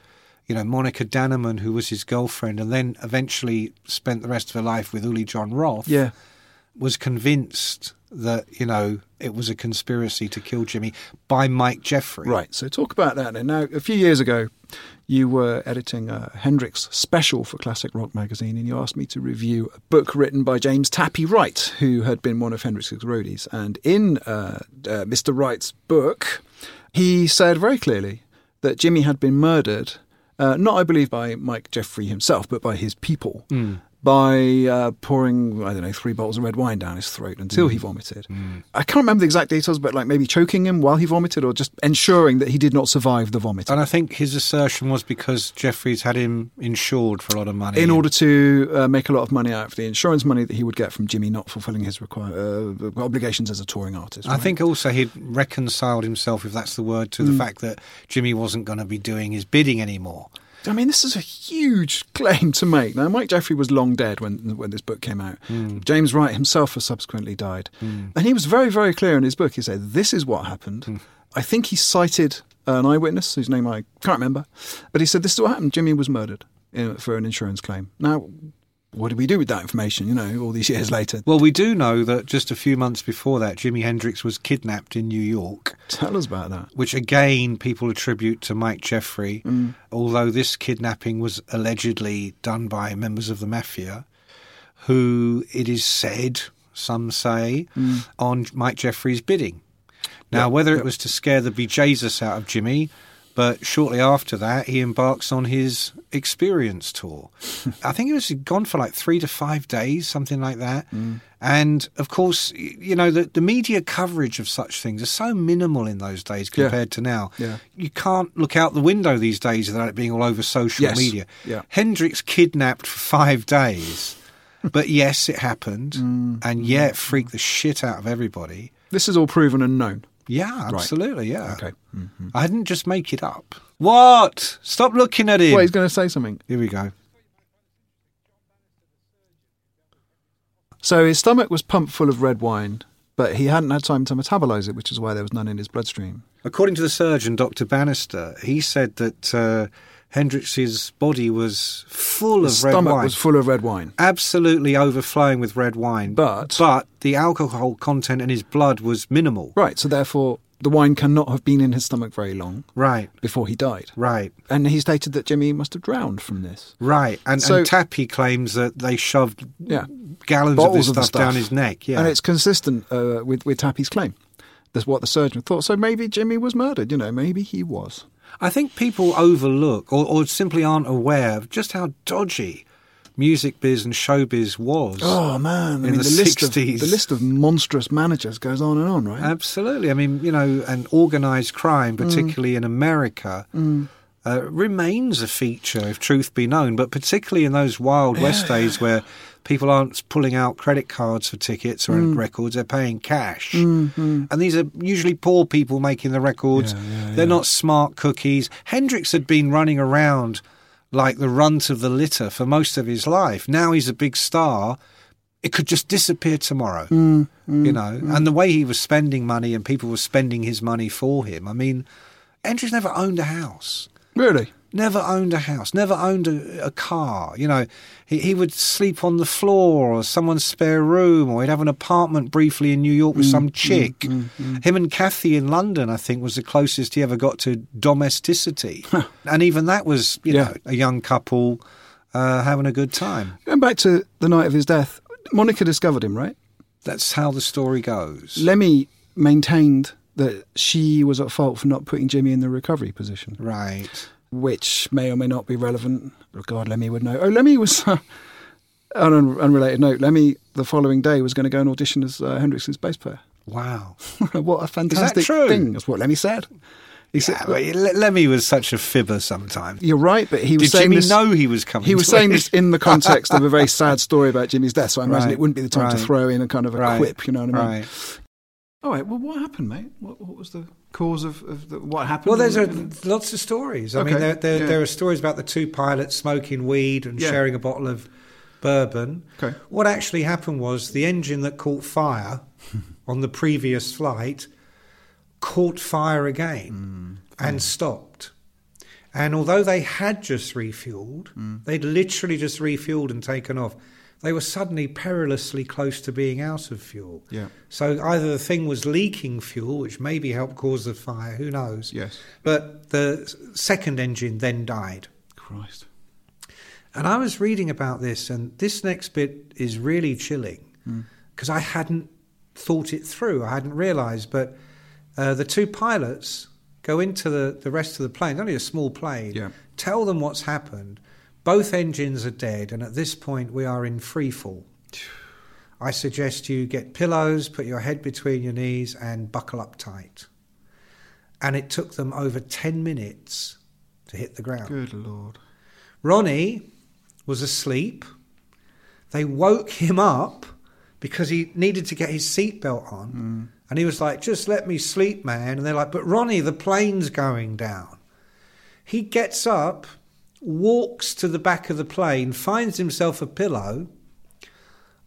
D: You know, Monica Danneman, who was his girlfriend and then eventually spent the rest of her life with Uli John Roth,
C: Yeah.
D: was convinced that, you know, it was a conspiracy to kill Jimmy by Mike Jeffrey.
C: Right. So talk about that then. Now, a few years ago, you were editing a Hendrix special for Classic Rock magazine, and you asked me to review a book written by James Tappy Wright, who had been one of Hendrix's roadies. And in uh, uh, Mr. Wright's book, he said very clearly that Jimmy had been murdered, uh, not, I believe, by Mike Jeffrey himself, but by his people.
D: Hmm.
C: By uh, pouring, I don't know, three bottles of red wine down his throat until
D: Hmm.
C: he vomited. I can't remember the exact details, but like maybe choking him while he vomited or just ensuring that he did not survive the vomit.
D: And I think his assertion was because Jeffries had him insured for a lot of money.
C: in order to uh, make a lot of money out of the insurance money that he would get from Jimmy not fulfilling his require, uh, obligations as a touring artist.
D: I
C: right?
D: think also he'd reconciled himself, if that's the word, to
C: Mm.
D: the fact that Jimmy wasn't going to be doing his bidding anymore.
C: I mean, this is a huge claim to make. Now, Mike Jeffrey was long dead when when this book came out. James Wright himself has subsequently died, and he was very, very clear in his book. He said, "This is what happened." I think he cited an eyewitness whose name I can't remember, but he said, "This is what happened. Jimmy was murdered uh, for an insurance claim." Now, what do we do with that information? You know, all these years later.
D: Well, we do know that just a few months before that, Jimi Hendrix was kidnapped in New York,
C: Tell us about that.
D: which again people attribute to Mike Jeffrey, although this kidnapping was allegedly done by members of the mafia, who it is said, some say,
C: Mm.
D: on Mike Jeffrey's bidding. Now, whether it was to scare the bejesus out of Jimmy, but shortly after that, he embarks on his experience tour. I think he was gone for like three to five days, something like that.
C: Mm.
D: And of course, y- you know, the, the media coverage of such things is so minimal in those days
C: Yeah.
D: compared to now.
C: Yeah.
D: You can't look out the window these days without it being all over social
C: Yes.
D: media.
C: Yeah.
D: Hendrix kidnapped for five days. But yes, it happened,
C: Mm,
D: and yeah, it freaked the shit out of everybody.
C: This is all proven and known.
D: Yeah, absolutely. Yeah.
C: Okay.
D: I didn't just make it up. What? Stop looking at him.
C: Well, he's going to say something.
D: Here we go.
C: So his stomach was pumped full of red wine, but he hadn't had time to metabolize it, which is why there was none in his bloodstream.
D: According to the surgeon, Dr. Bannister, he said that uh, Hendrix's body was full
C: His
D: of red
C: stomach
D: wine.
C: was full of red wine.
D: absolutely overflowing with red wine.
C: But-
D: but the alcohol content in his blood was minimal.
C: Right, so therefore the wine cannot have been in his stomach very long
D: Right.
C: before he died.
D: Right.
C: And he stated that Jimmy must have drowned from this.
D: Right. And,
C: So-
D: and Tappy claims that they shoved
C: Yeah.
D: gallons of this
C: Bottles of the
D: stuff, down
C: stuff.
D: his neck. Yeah.
C: And it's consistent uh, with, with Tappy's claim. That's what the surgeon thought. So maybe Jimmy was murdered, you know, maybe he was.
D: I think people overlook or, or simply aren't aware of just how dodgy music biz and showbiz was.
C: Oh man, I
D: In
C: mean
D: the
C: list of, the
D: 60s.
C: list of monstrous managers goes on and on,
D: Um,
C: right?
D: Absolutely. I mean, you know, and organised crime, particularly in America, uh, remains a feature, if truth be known, but particularly in those wild west days where people aren't pulling out credit cards for tickets or records, they're paying cash. And these are usually poor people making the records. they're not smart cookies. Hendrix had been running around like the runt of the litter for most of his life. Now he's a big star. it could just disappear tomorrow.
C: Mm,
D: you
C: mm,
D: know,
C: mm.
D: and the way he was spending money and people were spending his money for him. I mean, Andrew's never owned a house.
C: Really?
D: Never owned a house, never owned a, a car. You know, he, he would sleep on the floor or someone's spare room, or he'd have an apartment briefly in New York
C: Mm,
D: with some chick. Him and Kathy in London, I think, was the closest he ever got to domesticity. and even that was, you know, a young couple uh, having a good time.
C: Going back to the night of his death, Monica discovered him, right?
D: That's how the story goes.
C: Lemmy maintained that she was at fault for not putting Jimmy in the recovery position.
D: Right.
C: Which may or may not be relevant. God, Lemmy would know. Oh, Lemmy was, on an unrelated note, Lemmy the following day was going to go and audition as uh, Hendrix's bass player.
D: Wow.
C: what a fantastic
D: true?
C: thing. That's what Lemmy said. He
D: Yeah, but Le- Lemmy was such a fibber sometimes.
C: You're right, but he was
D: Did
C: saying
D: Jimmy
C: this-
D: know he was coming?
C: He was
D: to
C: saying
D: it?
C: this in the context of a very sad story about Jimmy's death, so I imagine
D: Right,
C: it wouldn't be the time to
D: right,
C: throw in a kind of a
D: right,
C: quip, you know what I mean?
D: right.
C: All right, well, what happened, mate? What, what was the cause of, of the, what happened?
D: Well, there's a,
C: And-
D: lots of stories. I
C: Okay,
D: mean, there, there,
C: yeah.
D: there are stories about the two pilots smoking weed and
C: Yeah.
D: sharing a bottle of bourbon.
C: Okay.
D: What actually happened was the engine that caught fire on the previous flight caught fire again
C: Mm.
D: and stopped. And although they had just refueled,
C: Mm.
D: they'd literally just refueled and taken off. They were suddenly perilously close to being out of fuel.
C: Yeah.
D: So either the thing was leaking fuel, which maybe helped cause the fire, who knows?
C: Yes.
D: But the s- second engine then died.
C: Christ.
D: And I was reading about this, and this next bit is really chilling
C: Hmm.
D: because I hadn't thought it through. I hadn't realized. But uh, the two pilots go into the, the rest of the plane, it's only a small plane,
C: Yeah.
D: tell them what's happened. Both engines are dead, and at this point, we are in free fall. I suggest you get pillows, put your head between your knees, and buckle up tight. And it took them over 10 minutes to hit the ground.
C: Good Lord.
D: Ronnie was asleep. They woke him up because he needed to get his seatbelt on.
C: Mm.
D: And he was like, just let me sleep, man. And they're like, but Ronnie, the plane's going down. He gets up, walks to the back of the plane, finds himself a pillow.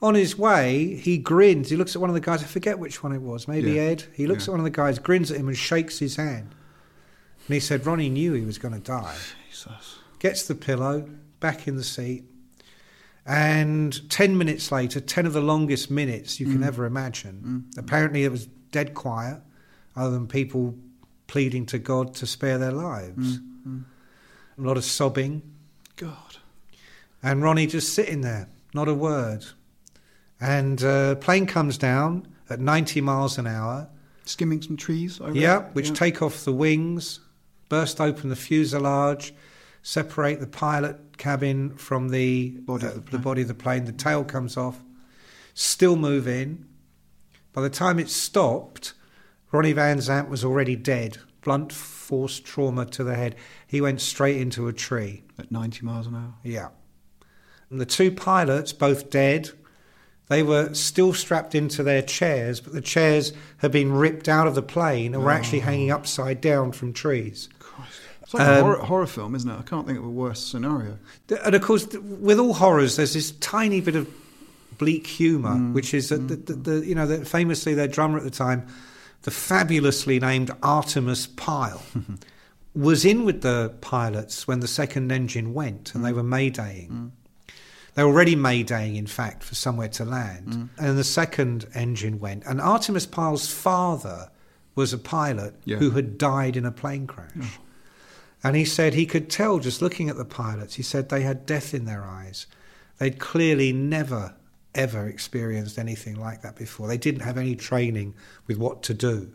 D: On his way, he grins. He looks at one of the guys. I forget which one it was. Maybe
C: Yeah.
D: Ed. He looks
C: Yeah.
D: at one of the guys, grins at him, and shakes his hand. And he said, Ronnie knew he was going to die
C: Jesus.
D: gets the pillow back in the seat, and 10 minutes later, 10 of the longest minutes you can ever imagine. Apparently, it was dead quiet, other than people pleading to God to spare their lives. A lot of sobbing,
C: God.
D: and Ronnie just sitting there, not a word. And uh, plane comes down at 90 miles an hour.
C: Skimming some trees. I read.
D: Yeah, which take off the wings, burst open the fuselage, separate the pilot cabin from the
C: Body of the plane.
D: body of the plane. The tail comes off, still move in. By the time it stopped, Ronnie Van Zant was already dead. Blunt force trauma to the head. He went straight into a tree.
C: At 90 miles an hour.
D: Yeah. And the two pilots, both dead, they were still strapped into their chairs, but the chairs had been ripped out of the plane and were actually hanging upside down from trees.
C: It's like a
D: Um,
C: horror, horror film, isn't it? I can't think of a worse scenario.
D: Th- And of course, th- with all horrors, there's this tiny bit of bleak humour, which is that the, the, the, you know that famously their drummer at the time, the fabulously named Artemis Pyle, was in with the pilots when the second engine went, and they were maydaying. They were already maydaying, in fact, for somewhere to land. And the second engine went. And Artemis Pyle's father was a pilot
C: Yeah.
D: who had died in a plane crash. And he said he could tell just looking at the pilots, he said they had death in their eyes. They'd clearly never, ever experienced anything like that before. They didn't have any training with what to do.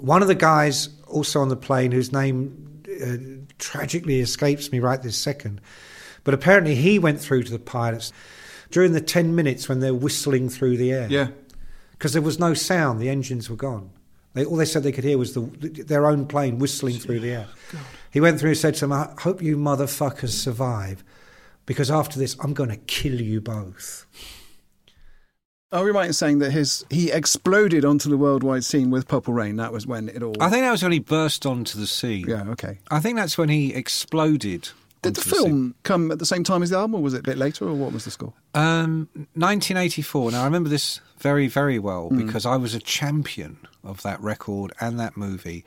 D: One of the guys also on the plane, whose name uh, tragically escapes me right this second, but apparently he went through to the pilots during the 10 minutes when they're whistling through the air.
C: Yeah.
D: Because there was no sound, the engines were gone. They, all they said they could hear was the, their own plane whistling through the air. He went through and said to them, I hope you motherfuckers survive, because after this, I'm going to kill you both.
C: Are we right in saying that his he exploded onto the worldwide scene with Purple Rain? That was when it all.
D: think that was when he burst onto the scene.
C: Yeah. Okay.
D: I think that's when he exploded.
C: Did the film come at the same time as the album, or was it a bit later, or what was the score?
D: Um, 1984. Now, I remember this very, very well
C: Mm.
D: because I was a champion of that record and that movie.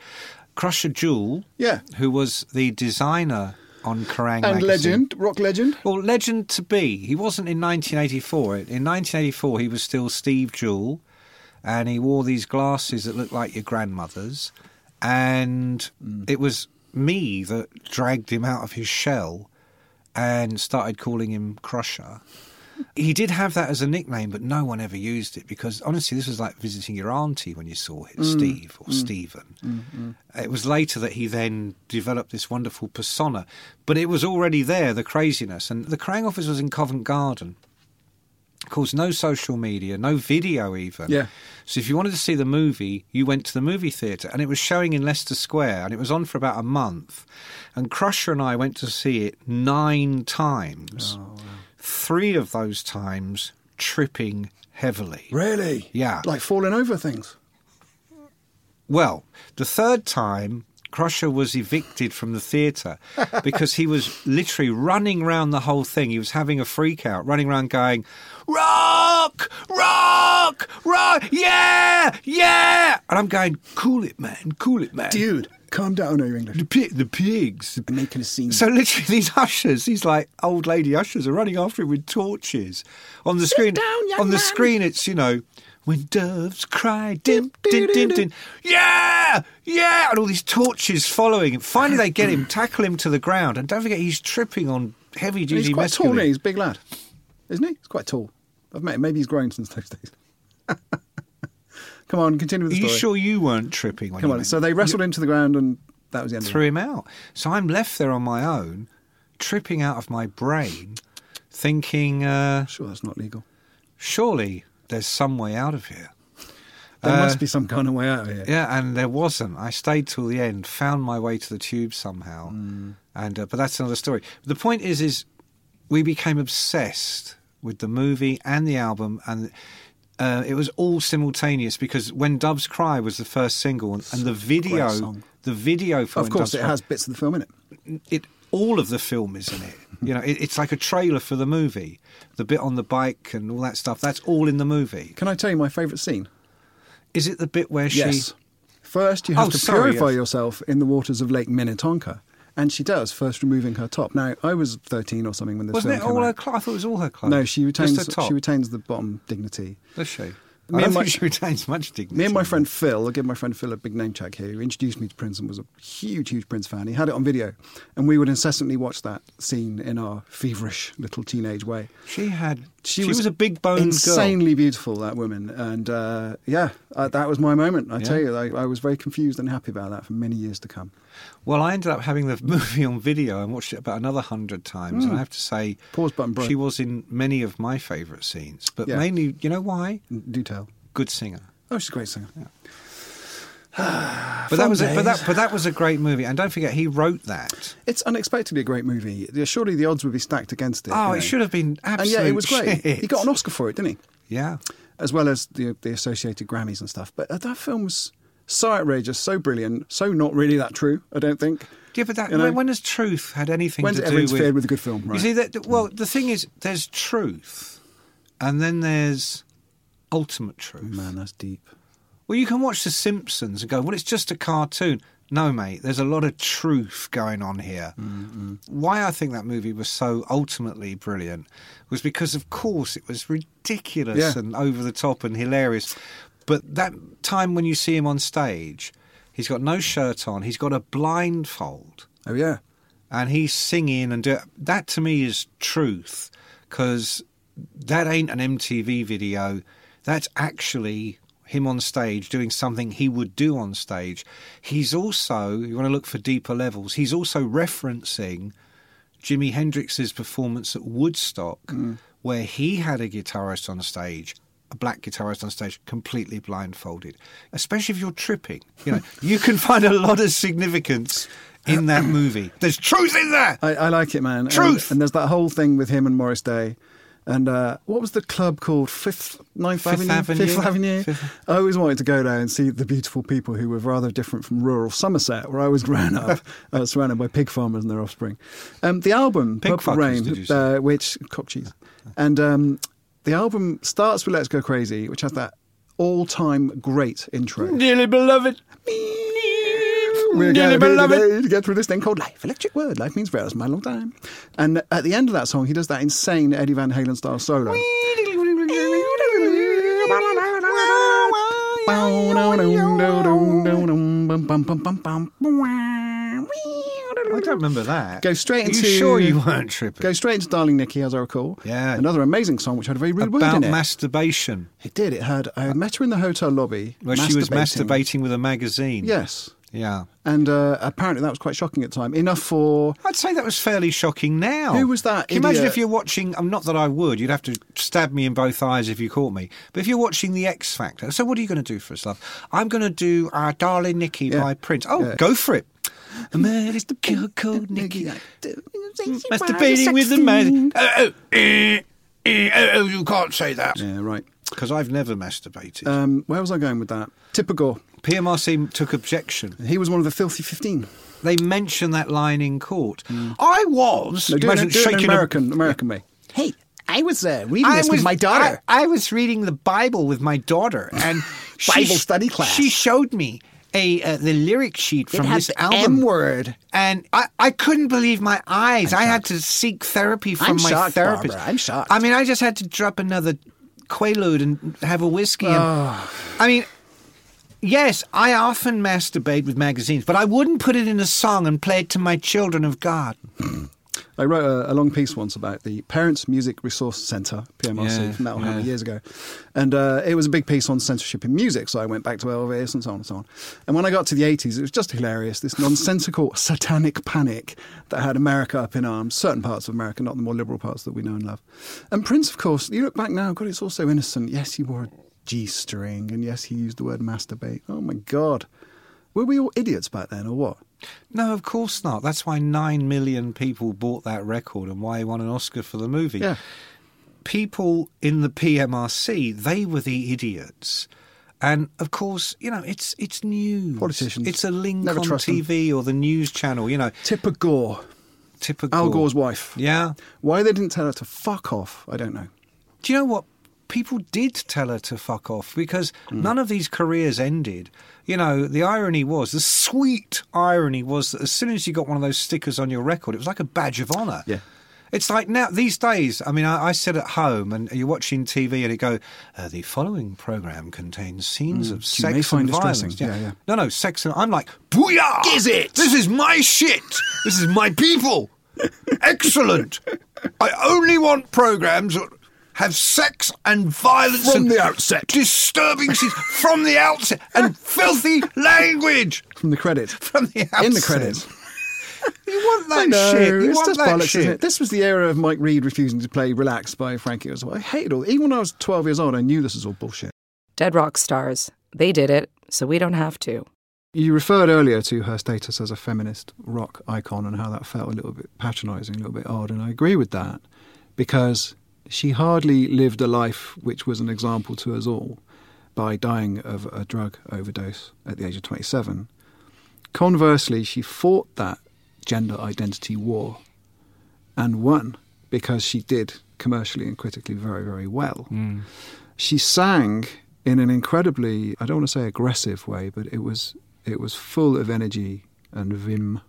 D: Crusher Jewel,
C: yeah.
D: who was the designer on Kerrang!
C: and
D: magazine.
C: legend, rock legend.
D: Well, legend to be. He wasn't in 1984. In 1984, he was still Steve Jewell, and he wore these glasses that looked like your grandmother's. And
C: Hmm.
D: it was me that dragged him out of his shell and started calling him Crusher. He did have that as a nickname, but no one ever used it because honestly, this was like visiting your auntie when you saw it,
I: Mm.
D: Steve or
I: Mm.
D: Stephen. It was later that he then developed this wonderful persona, but it was already there, the craziness. And the Krang office was in Covent Garden. Of course, no social media, no video even.
C: Yeah.
D: So if you wanted to see the movie, you went to the movie theatre, and it was showing in Leicester Square, and it was on for about a month. And Crusher and I went to see it nine times.
I: Oh,
D: Three of those times tripping heavily.
C: Really?
D: Yeah.
C: Like falling over things.
D: Well, the third time, Crusher was evicted from the theatre because he was literally running round the whole thing. He was having a freak out, running around going, Rock! Rock! Rock! Yeah! Yeah! And I'm going, Cool it, man. Cool it, man.
C: Dude, calm down. No, you're English. The,
D: pi- the pigs.
C: I'm making a scene.
D: So literally, these ushers, these like old lady ushers, are running after him with torches on the screen. on the screen, it's you know, when doves cry, dim, dim, dim, dim, yeah, yeah, and all these torches following him. Finally, they get him, tackle him to the ground, and don't forget he's tripping on heavy duty.
C: he's quite tall, isn't he? He's a big lad, isn't he? He's quite tall. I've met him. Maybe he's grown since those days. Come on, continue with
D: Are
C: the
D: you
C: story.
D: sure you weren't tripping? When
C: Come
D: you
C: on.
D: went-
C: So they wrestled into the ground, and that was the end.
D: threw
C: of it.
D: him out. So I'm left there on my own, tripping out of my brain, thinking, uh,
C: "Sure, that's not legal.
D: Surely there's some way out of here."
C: There
D: Uh,
C: must be some kind of way out of here.
D: Yeah, and there wasn't. I stayed till the end, found my way to the tube somehow,
C: Mm.
D: and uh, but that's another story. The point is, is we became obsessed with the movie and the album, and uh, it was all simultaneous because when Doves Cry was the first single, and, and the video,
C: song.
D: the video for
C: Of
D: When
C: course,
D: Doves
C: it
D: Cry-
C: has bits of the film in it.
D: it all of the film is in it. You know, it, it's like a trailer for the movie. The bit on the bike and all that stuff. That's all in the movie.
C: Can I tell you my favourite scene?
D: Is it the bit where she?
C: Yes. First, you have
D: Oh,
C: to
D: sorry,
C: purify
D: yes.
C: yourself in the waters of Lake Minnetonka. And she does, first removing her top. Now, I was 13 or something when this
D: Wasn't
C: film
D: it
C: came
D: all
C: out.
D: her clothes? I thought it was all her clothes.
C: No, she retains,
D: Just her top.
C: she retains the bottom dignity.
D: Does she?
C: Me
D: I don't
C: and my-
D: think she retains much dignity.
C: Me and my friend Phil, I'll give my friend Phil a big name check here, who introduced me to Prince and was a huge, huge Prince fan. He had it on video, and we would incessantly watch that scene in our feverish little teenage way.
D: She had. She, was, a big boned
C: Insanely beautiful, that woman. And uh, yeah, uh, that was my moment. I tell
D: Yeah.
C: you, I, I was very confused and happy about that for many years to come.
D: girl. Well, I ended up having the movie on video and watched it about another hundred times. And
C: Mm.
D: I have to say,
C: Pause button, bro.
D: she was in many of my favourite scenes, but
C: Yeah.
D: mainly, you know why?
C: Do tell.
D: Good singer.
C: Oh, she's a great singer.
D: But that was a, but that but that was a great movie. And don't forget, he wrote that.
C: It's unexpectedly a great movie. Yeah, Surely the odds would be stacked against it.
D: Oh,
C: you
D: it
C: know.
D: should have been
C: And yeah, it was
D: absolute
C: great.
D: shit.
C: He got an Oscar for it, didn't he?
D: Yeah.
C: As well as the the associated Grammys and stuff. But uh, that film was so outrageous, so brilliant, so not really that true. I don't think.
D: Yeah, but that,
C: You know?
D: when, when has truth had anything
C: When's
D: to
C: it
D: do
C: ever interfered
D: with
C: with a good film, right?
D: You see that? Well, the thing is, there's truth, and then there's ultimate truth.
C: Man, that's deep.
D: Well, you can watch The Simpsons and go, "Well, it's just a cartoon." No, mate, there's a lot of truth going on here.
C: Mm-hmm.
D: Why I think that movie was so ultimately brilliant was because, of course, it was ridiculous
C: Yeah.
D: and over the top and hilarious. But that time when you see him on stage, he's got no shirt on, he's got a blindfold
C: Oh yeah.
D: and he's singing and do, that to me is truth because that ain't an MTV video. That's actually him on stage doing something he would do on stage. He's also, you want to look for deeper levels, he's also referencing Jimi Hendrix's performance at Woodstock, where he had a guitarist on stage, a black guitarist on stage, completely blindfolded. Especially if you're tripping, you know, you can find a lot of significance in that movie. There's truth in that.
C: I, I like it, man.
D: Truth!
C: And, and there's that whole thing with him and Morris Day, And uh, what was the club called? Fifth, Ninth
D: Fifth
C: Avenue?
D: Avenue.
C: Fifth Avenue. I always wanted to go there and see the beautiful people who were rather different from rural Somerset, where I was grown up, uh, surrounded by pig farmers and their offspring. Um, the album,
D: Pig
C: Purple
D: fuckers, did
C: Rain,
D: you say?
C: uh, which, cock cheese. And um, the album starts with Let's Go Crazy, which has that all time great intro.
E: Dearly beloved.
C: We're
E: Dearly
C: going
E: beloved.
C: to get through this thing called life. Electric word. Life means forever. It's my long time. And at the end of that song, he does that insane Eddie Van Halen style solo.
D: I don't remember that.
C: Go straight
D: Are
C: into.
D: you sure you weren't tripping?
C: Go straight into "Darling Nikki," as I recall.
D: Yeah.
C: Another amazing song which had a very rude word
D: About
C: in it.
D: masturbation.
C: it did. It had. I met her in the hotel lobby.
D: Where she was masturbating with a magazine.
C: Yes.
D: Yeah.
C: And uh, apparently that was quite shocking at the time. Enough for
D: I'd say that was fairly shocking now.
C: Who was that
D: Can you imagine
C: idiot?
D: if you're watching, um, not that I would, you'd have to stab me in both eyes if you caught me, but if you're watching The X Factor, so what are you going to do for us, love? I'm going to do uh, Darling Nikki by Prince. Oh,
C: Yeah.
D: go for it. A man is the pure cold Nikki. Masturbating with the man. Oh, oh, eh, eh, oh, oh, you can't say that.
C: Yeah, right.
D: Because I've never masturbated.
C: Um, where was I going with that? Tipper Gore.
D: PMRC took objection.
C: He was one of the filthy 15.
D: They mentioned that line in court. I was.
C: No, do, it,
D: Imagine
C: in- do it in
D: shaking a-
C: American, American way. Hey, I was uh, reading
D: I, I was reading the Bible with my daughter, and she
C: Bible
D: sh-
C: study class.
D: She showed me a uh, the lyric sheet from
C: has
D: this
C: the
D: album.
C: M-word.
D: and I, I couldn't believe my eyes. i had to seek therapy from
C: I'm
D: my
C: shocked,
D: therapist.
C: Barbara. I'm shocked.
D: I mean, I just had to drop another quaalude and have a whiskey. And, I mean. Yes, I often masturbate with magazines, but I wouldn't put it in a song and play it to my children of God.
C: I wrote a, a long piece once about the Parents Music Resource Centre, PMRC,
D: Yeah,
C: from that one how many
D: yeah.
C: years ago. And uh, it was a big piece on censorship in music, so I went back to Elvis and so on and so on. And when I got to the 80s, it was just hilarious this nonsensical satanic panic that had America up in arms, certain parts of America, not the more liberal parts that we know and love. And Prince, of course, you look back now, God, it's all so innocent. Yes, he wore a G string, and yes, he used the word masturbate. Oh my God. Were we all idiots back then, or what?
D: No, of course not. That's why nine million people bought that record and why he won an Oscar for the movie.
C: Yeah.
D: People in the PMRC, they were the idiots. And of course, you know, it's it's news.
C: Politicians.
D: It's a link
C: Never
D: on
C: trust them.
D: TV or the news channel, you know.
C: Tipper Gore,
D: Tipper
C: Al
D: Gore.
C: Gore's wife.
D: Yeah.
C: Why they didn't tell her to fuck off, I don't know.
D: Do you know what? People did tell her to fuck off because
C: Hmm.
D: none of these careers ended. You know, the irony was, the sweet irony was that as soon as you got one of those stickers on your record, it was like a badge of honour.
C: Yeah.
D: It's like now, these days, I mean, I, I sit at home and you're watching TV and it go, uh, the following programme contains scenes of
C: Hmm. you
D: sex
C: may find
D: and violence.
C: distressing. Yeah, yeah.
D: No, no, sex and... I'm like, booyah! Is it? This is my shit! this is my people! Excellent! I only want programmes that have sex and violence
C: From
D: and
C: the outset.
D: disturbing scenes from the outset and filthy language
C: From the credits.
D: from the outset.
C: In the credits.
D: You want that
C: I know,
D: shit. You
C: it's
D: want
C: just
D: that
C: bollocks,
D: shit.
C: isn't it? This was the era of Mike Reed refusing to play Relax by Frankie Oswald. I hated all Even when I was 12 years old, I knew this was all bullshit.
F: Dead rock stars. They did it, so we don't have to.
C: You referred earlier to her status as a feminist rock icon and how that felt a little bit patronising, a little bit odd. And I agree with that because she hardly lived a life which was an example to us all by dying of a drug overdose at the age of 27. Conversely, she fought that gender identity war and won because she did commercially and critically very, very well. She sang in an incredibly, I don't want to say aggressive way, but it was it was full of energy and vim.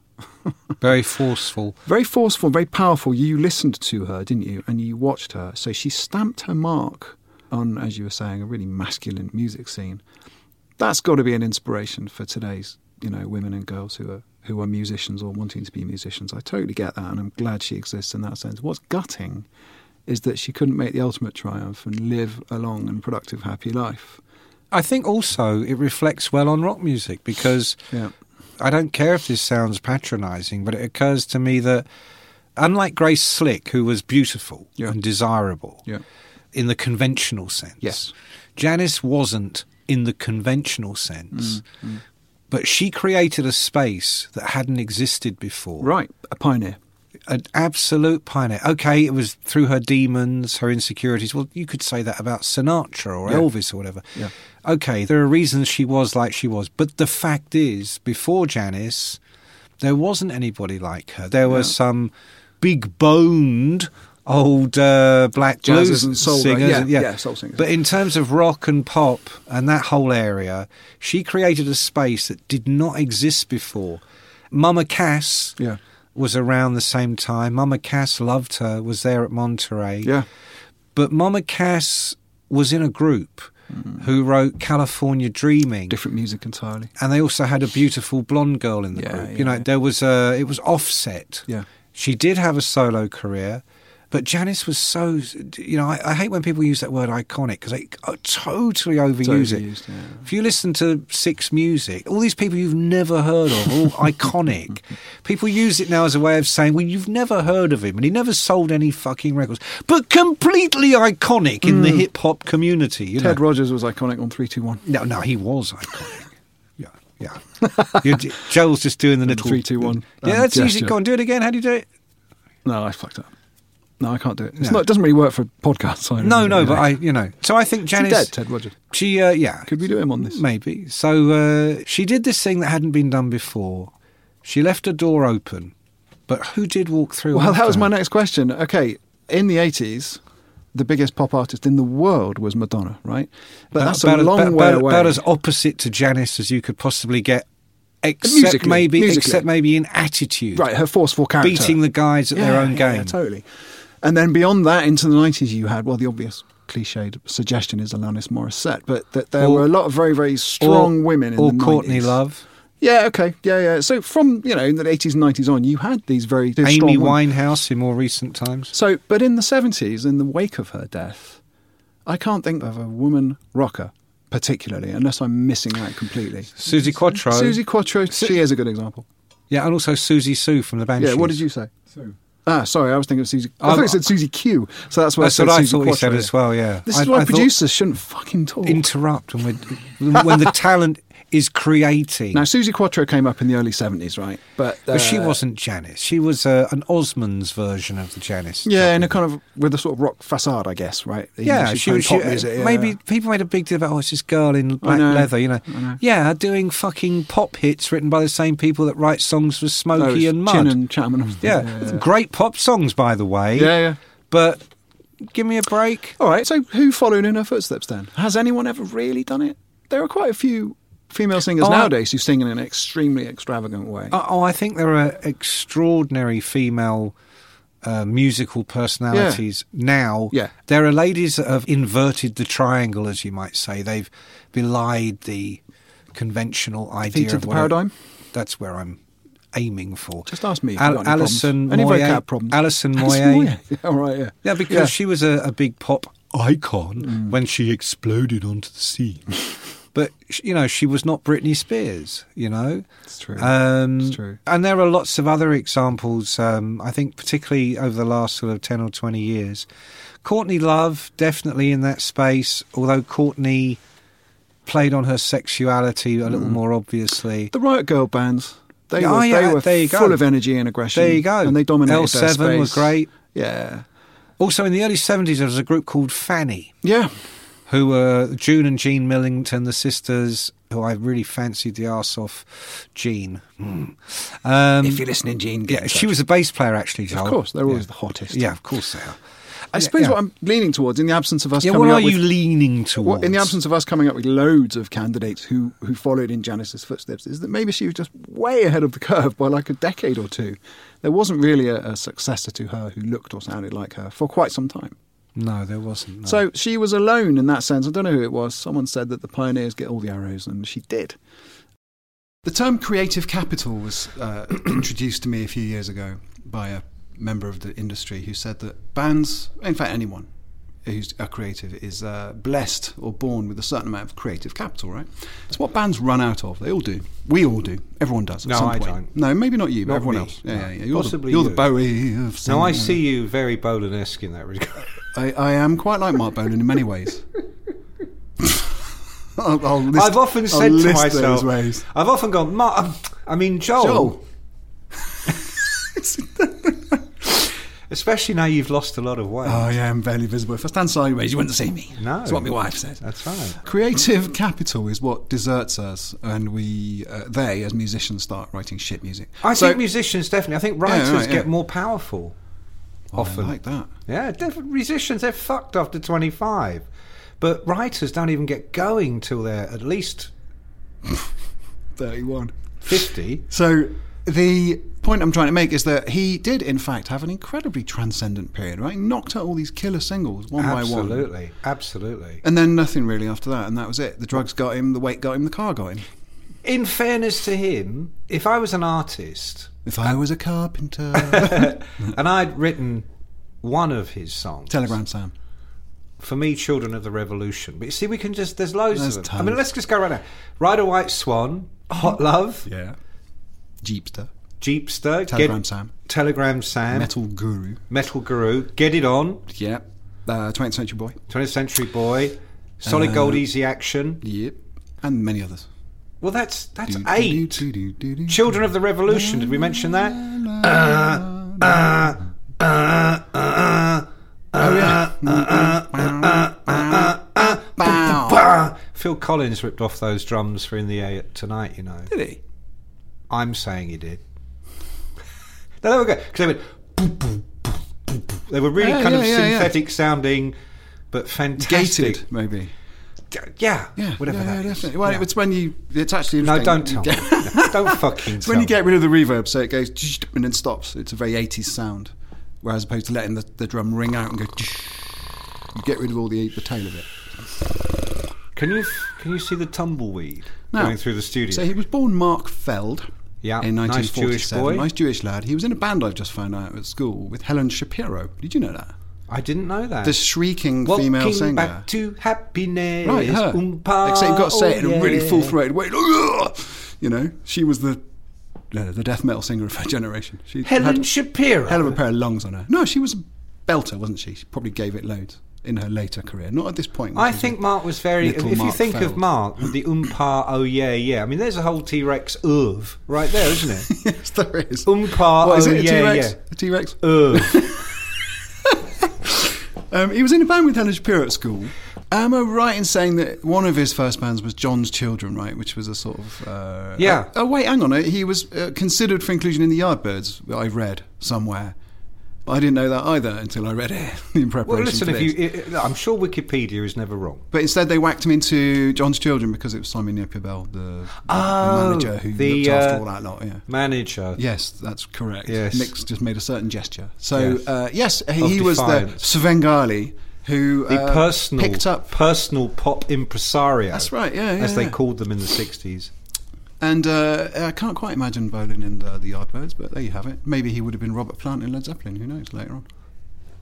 D: Very forceful.
C: Very forceful, very powerful. You listened to her, didn't you? And you watched her. So she stamped her mark on, as you were saying, a really masculine music scene. That's got to be an inspiration for today's, you know, women and girls who are who are musicians or wanting to be musicians. I totally get that, and I'm glad she exists in that sense. What's gutting is that she couldn't make the ultimate triumph and live a long and productive, happy life.
D: I think also it reflects well on rock music because
C: Yeah.
D: I don't care if this sounds patronising, but it occurs to me that unlike Grace Slick, who was beautiful
C: Yeah.
D: and desirable
C: Yeah.
D: in the conventional sense,
C: Yes.
D: Janice wasn't in the conventional sense. But she created a space that hadn't existed before.
C: Right, a pioneer.
D: an absolute pioneer. Okay, it was through her demons, her insecurities. Well, you could say that about Sinatra or
G: Yeah.
D: Elvis or whatever.
G: Yeah.
D: Okay, there are reasons she was like she was, but the fact is, before Janice, there wasn't anybody like her. There were some big boned old uh, black
C: Jazzers
D: blues
C: and soul- uh,
D: singers.
C: yeah,
D: and-
C: yeah, soul singers.
D: But in terms of rock and pop and that whole area, she created a space that did not exist before. Mama Cass
C: Yeah.
D: was around the same time. Mama Cass loved her, was there at Monterey.
C: Yeah.
D: But Mama Cass was in a group who wrote California Dreaming.
C: Different music entirely.
D: And they also had a beautiful blonde girl in the
C: Yeah,
D: group.
C: yeah,
D: you know, there was a, it was offset.
C: Yeah.
D: She did have a solo career, but Janice was so, you know, I, I hate when people use that word iconic because they uh, totally overuse it.
C: Overused, yeah.
D: If you listen to Six Music, all these people you've never heard of, all iconic, people use it now as a way of saying, well, you've never heard of him and he never sold any fucking records, but completely iconic in
C: Mm.
D: the hip hop community. You
C: Ted
D: know?
C: Rogers was iconic on 321.
D: No, no, he was iconic. yeah, yeah. You're, Joel's just doing the little
C: Three, two, one.
D: Yeah,
C: um,
D: that's easy.
C: gesture.
D: Go on, do it again. How do you do it?
C: No, I fucked up. No, I can't do it. It's
D: No.
C: not, it doesn't really work for podcasts. I
D: No,
C: don't
D: no,
C: know.
D: but I, you know. So I think
C: Is he
D: Janice.
C: dead, Ted Rogers?
D: She, uh, yeah,
C: Could we do him on this?
D: maybe. So uh, she did this thing that hadn't been done before. She left a door open, but who did walk through?
C: Well, that
D: after
C: was my
D: her?
C: next question. Okay, in the 80s, the biggest pop artist in the world was Madonna, right? But that's a
D: about,
C: long
D: about,
C: way
D: about,
C: away.
D: about as opposite to Janice as you could possibly get, except
C: Uh, Musically,
D: maybe,
C: musically.
D: except maybe in attitude.
C: right, her forceful character.
D: beating the guys at their
C: Yeah,
D: own
C: yeah,
D: game.
C: Yeah, totally. And then beyond that, into the 90s, you had, well, the obvious cliched suggestion is Alanis Morissette, but that there
D: Or-
C: were a lot of very, very strong
D: or,
C: women in
D: or
C: the
D: Courtney
C: 90s.
D: Love,
C: Yeah, okay. Yeah, yeah. So from, you know, in the 80s and 90s on, you had these very strong
D: Amy
C: women.
D: Winehouse in more recent times.
C: So, but in the 70s, in the wake of her death, I can't think of a woman rocker particularly, unless I'm missing that completely.
D: Susie Quattro.
C: Susie Quattro, she is a good example.
D: Yeah, and also Susie Sue from the Banshees.
C: Yeah, what did you say? Ah, sorry, I was thinking of Susie. I
D: Um,
C: thought it said Susie Q, so that's why I
D: That's
C: said
D: what I
C: Susie
D: thought you
C: Quattro.
D: said as well, yeah.
C: This
D: I-
C: is why
D: I thought-
C: producers shouldn't fucking talk.
D: interrupt when, we're, when the talent is creating?
C: now, Susie Quattro came up in the early 70s, right? But, uh,
D: but she wasn't Janice. She was uh, an Osmonds version of the Janice.
C: Yeah, in a kind of with a sort of rock facade, I guess, right? Even
D: Yeah,
C: though she's
D: she
C: playing
D: was. She,
C: pop music, yeah.
D: Maybe people made a big deal about oh, it's this girl in black
C: know,
D: leather, you know.
C: I know.
D: Yeah, doing fucking pop hits written by the same people that write songs for
C: Oh,
D: Smokey
C: it's
D: and Mud.
C: Chin and Chapman. and-
D: yeah. great pop songs, by the way.
C: Yeah, yeah.
D: But give me a break.
C: All right, so who followed in her footsteps then? Has anyone ever really done it? There are quite a few female singers
D: Oh, I-
C: nowadays who sing in an extremely extravagant way.
D: Oh, oh, I think there are extraordinary female uh, musical personalities now.
C: Yeah.
D: There are ladies that have inverted the triangle, as you might say. They've belied the conventional idea
C: Defeated
D: of
C: the
D: what a-
C: paradigm?
D: that's where I'm aiming for.
C: Just ask me if you've
D: Al-
C: got any
D: Alison
C: problems. Any
D: Moyet.
C: vocab problems?
D: Alison
C: Alison
D: Moyet.
C: Moyet. Yeah, all right, yeah.
D: Yeah, because
C: Yeah. Mm.
D: she was a, a big pop icon when she exploded onto the scene. but sh- you know, she was not Britney Spears. You know,
C: It's true.
D: Um,
C: It's true.
D: And there are lots of other examples. Um, I think, particularly over the last sort of ten or twenty years, Courtney Love definitely in that space. Although Courtney played on her sexuality a
C: Mm.
D: little more obviously.
C: The Riot Girl bands, they
D: Yeah,
C: were,
D: oh, yeah,
C: they were
D: there you go.
C: full of energy and aggression.
D: There you go.
C: And they dominated their
D: L7 were
C: space.
D: great.
C: Yeah.
D: Also, in the early seventies, there was a group called Fanny.
C: Yeah.
D: who were June and Jean Millington, the sisters, who I really fancied the arse off. Jean. Mm. Um,
C: if you're listening, Gene. get
D: yeah,
C: in
D: she
C: touch.
D: was a bass player, actually,
C: Of
D: Joel.
C: course, they're always
D: yeah.
C: the hottest.
D: Yeah, of course they are.
C: I suppose
D: yeah.
C: what I'm leaning towards, in the absence of us
D: Yeah,
C: coming
D: what
C: up
D: are
C: with
D: you leaning towards?
C: Well, in the absence of us coming up with loads of candidates who, who followed in Janice's footsteps, is that maybe she was just way ahead of the curve by like a decade or two. There wasn't really a, a successor to her who looked or sounded like her for quite some time.
D: No, there wasn't. no.
C: So she was alone in that sense. I don't know who it was. Someone said that the pioneers get all the arrows, and she did. The term creative capital was uh, introduced to me a few years ago by a member of the industry who said that bands, in fact, anyone who's a creative, is uh, blessed or born with a certain amount of creative capital, right? It's what bands run out of. They all do. We all do. Everyone does. At
D: No,
C: some
D: I
C: point.
D: don't.
C: No, maybe not you, but
D: Not
C: everyone
D: me,
C: else.
D: no.
C: Yeah, yeah, yeah. You're
D: Possibly
C: the, you're
D: you.
C: the Bowie of
D: Now, I
C: singing.
D: see you very Bolan-esque in that regard.
C: I, I am quite like Mark Bolan in many ways. I'll, I'll list,
D: I've often
C: I'll
D: said to
C: list
D: myself, "Oh,
C: those ways.
D: I've um, often gone, Mark, I mean, Joel.
C: Joel.
D: Especially now you've lost a lot of weight.
C: Oh, yeah, I'm barely visible. If I stand sideways, you wouldn't see me.
D: No.
C: That's what my wife says.
D: That's right.
C: Creative capital is what deserts us, and we, uh, they, as musicians, start writing shit music.
D: I
C: So-
D: think musicians definitely. I think writers
C: right,
D: get
C: yeah.
D: more powerful.
C: Oh, I
D: often
C: like that.
D: Yeah, def- musicians they're fucked after twenty five, but writers don't even get going till they're at least
C: 31.
D: fifty.
C: So the point I'm trying to make is that he did, in fact, have an incredibly transcendent period, right? Knocked out all these killer singles one by one.
D: absolutely, absolutely.
C: And then nothing really after that, and that was it. The drugs got him, the weight got him, the car got him.
D: In fairness to him, if I was an artist
C: If I was a carpenter,
D: and I'd written one of his songs,
C: Telegram Sam.
D: for me, Children of the Revolution. But you see, we can just there's loads
C: There's
D: of them.
C: tons.
D: I
C: Mm-hmm.
D: mean, let's just go right now. Ride a White Swan, Hot Love,
C: Yeah. Jeepster.
D: Jeepster,
C: Telegram
D: Get-
C: Sam.
D: Telegram Sam, Metal.
C: Metal Guru.
D: Guru, Get It On,
C: Yeah. Uh, 20th Century Boy.
D: 20th Century Boy, Solid
C: Uh,
D: Gold Easy Action.
C: Yep. And many others.
D: Well, that's that's
C: Do, do,
D: eight.
C: do, do, do, do, do.
D: Children of the Revolution. Did we mention that?
C: Oh, yeah.
D: Bah! Phil Collins ripped off those drums for In the Air Tonight. You know,
C: Did he?
D: I'm saying he did. no, they were good because they went. Boop, boop, boop, boop, boop. They were really
C: Yeah,
D: kind of
C: yeah, yeah, yeah.
D: synthetic sounding, but fantastic.
C: Gated, maybe.
D: Yeah,
C: Yeah,
D: whatever
C: yeah,
D: that
C: yeah,
D: is.
C: definitely. Well,
D: Yeah.
C: it's when you. It's actually
D: No,
C: interesting.
D: don't tell me. No, don't fucking
C: It's
D: tell
C: when you
D: me.
C: get rid of the reverb, so it goes and then stops. It's a very 80s sound, whereas opposed to letting the, the drum ring out and go, you get rid of all the the tail of it.
D: Can you can you see the tumbleweed
C: No.
D: going through the studio?
C: So he was born Mark Feld.
D: Yeah,
C: in
D: nice Jewish
C: 1947.
D: boy.
C: nice Jewish lad. He was in a band I've just found out at school with Helen Shapiro. Did you know that?
D: I didn't know that.
C: The shrieking female
D: Walking
C: singer.
D: back to happiness.
C: Right, her.
D: Oompa,
C: Except you've got to say it in
D: oh,
C: a really
D: yeah.
C: full-throated way. Like, you know, she was the uh, the death metal singer of her generation. She
D: Helen
C: had
D: Shapiro.
C: a hell of a pair of lungs on her. No, she was a belter, wasn't she? She probably gave it loads in her later career. Not at this point. when
D: I
C: she was
D: think
C: a
D: Mark was very.
C: little
D: If you
C: Mark
D: think of
C: Feld.
D: Mark, with the oompa, oh yeah, yeah. I mean, there's a whole T Rex of right there, isn't it?
C: yes, there is.
D: Oompa,
C: What, is
D: oh
C: it a
D: yeah,
C: T-Rex?
D: yeah.
C: A T-Rex?
D: Of.
C: Um, he was in a band with Helen Shapiro at school. Am I right in saying that one of his first bands was John's Children, right? Which was a sort of uh,
D: Yeah.
C: Oh, wait, hang on. He was uh, considered for inclusion in the Yardbirds. I read somewhere, but I didn't know that either until I read it in preparation.
D: Well, listen,
C: for
D: if you,
C: this.
D: i- i- I'm sure Wikipedia is never wrong.
C: But instead, they whacked him into John's Children because it was Simon Yepubel, the, the
D: Oh,
C: manager who
D: the,
C: looked after
D: uh,
C: all that lot. Yeah.
D: Manager.
C: Yes, that's correct.
D: Yes.
C: Nick's just made a certain gesture. So
D: Yes.
C: yes, uh, yes he,
D: Of
C: he was the
D: defiance.
C: Svengali who
D: The
C: uh,
D: personal,
C: picked up
D: personal pop impresario.
C: That's right, yeah, yeah,
D: as they
C: yeah.
D: called them in the '60s.
C: And uh, I can't quite imagine Bolin in the, the Yardbirds, but there you have it. Maybe he would have been Robert Plant in Led Zeppelin. Who knows? Later on,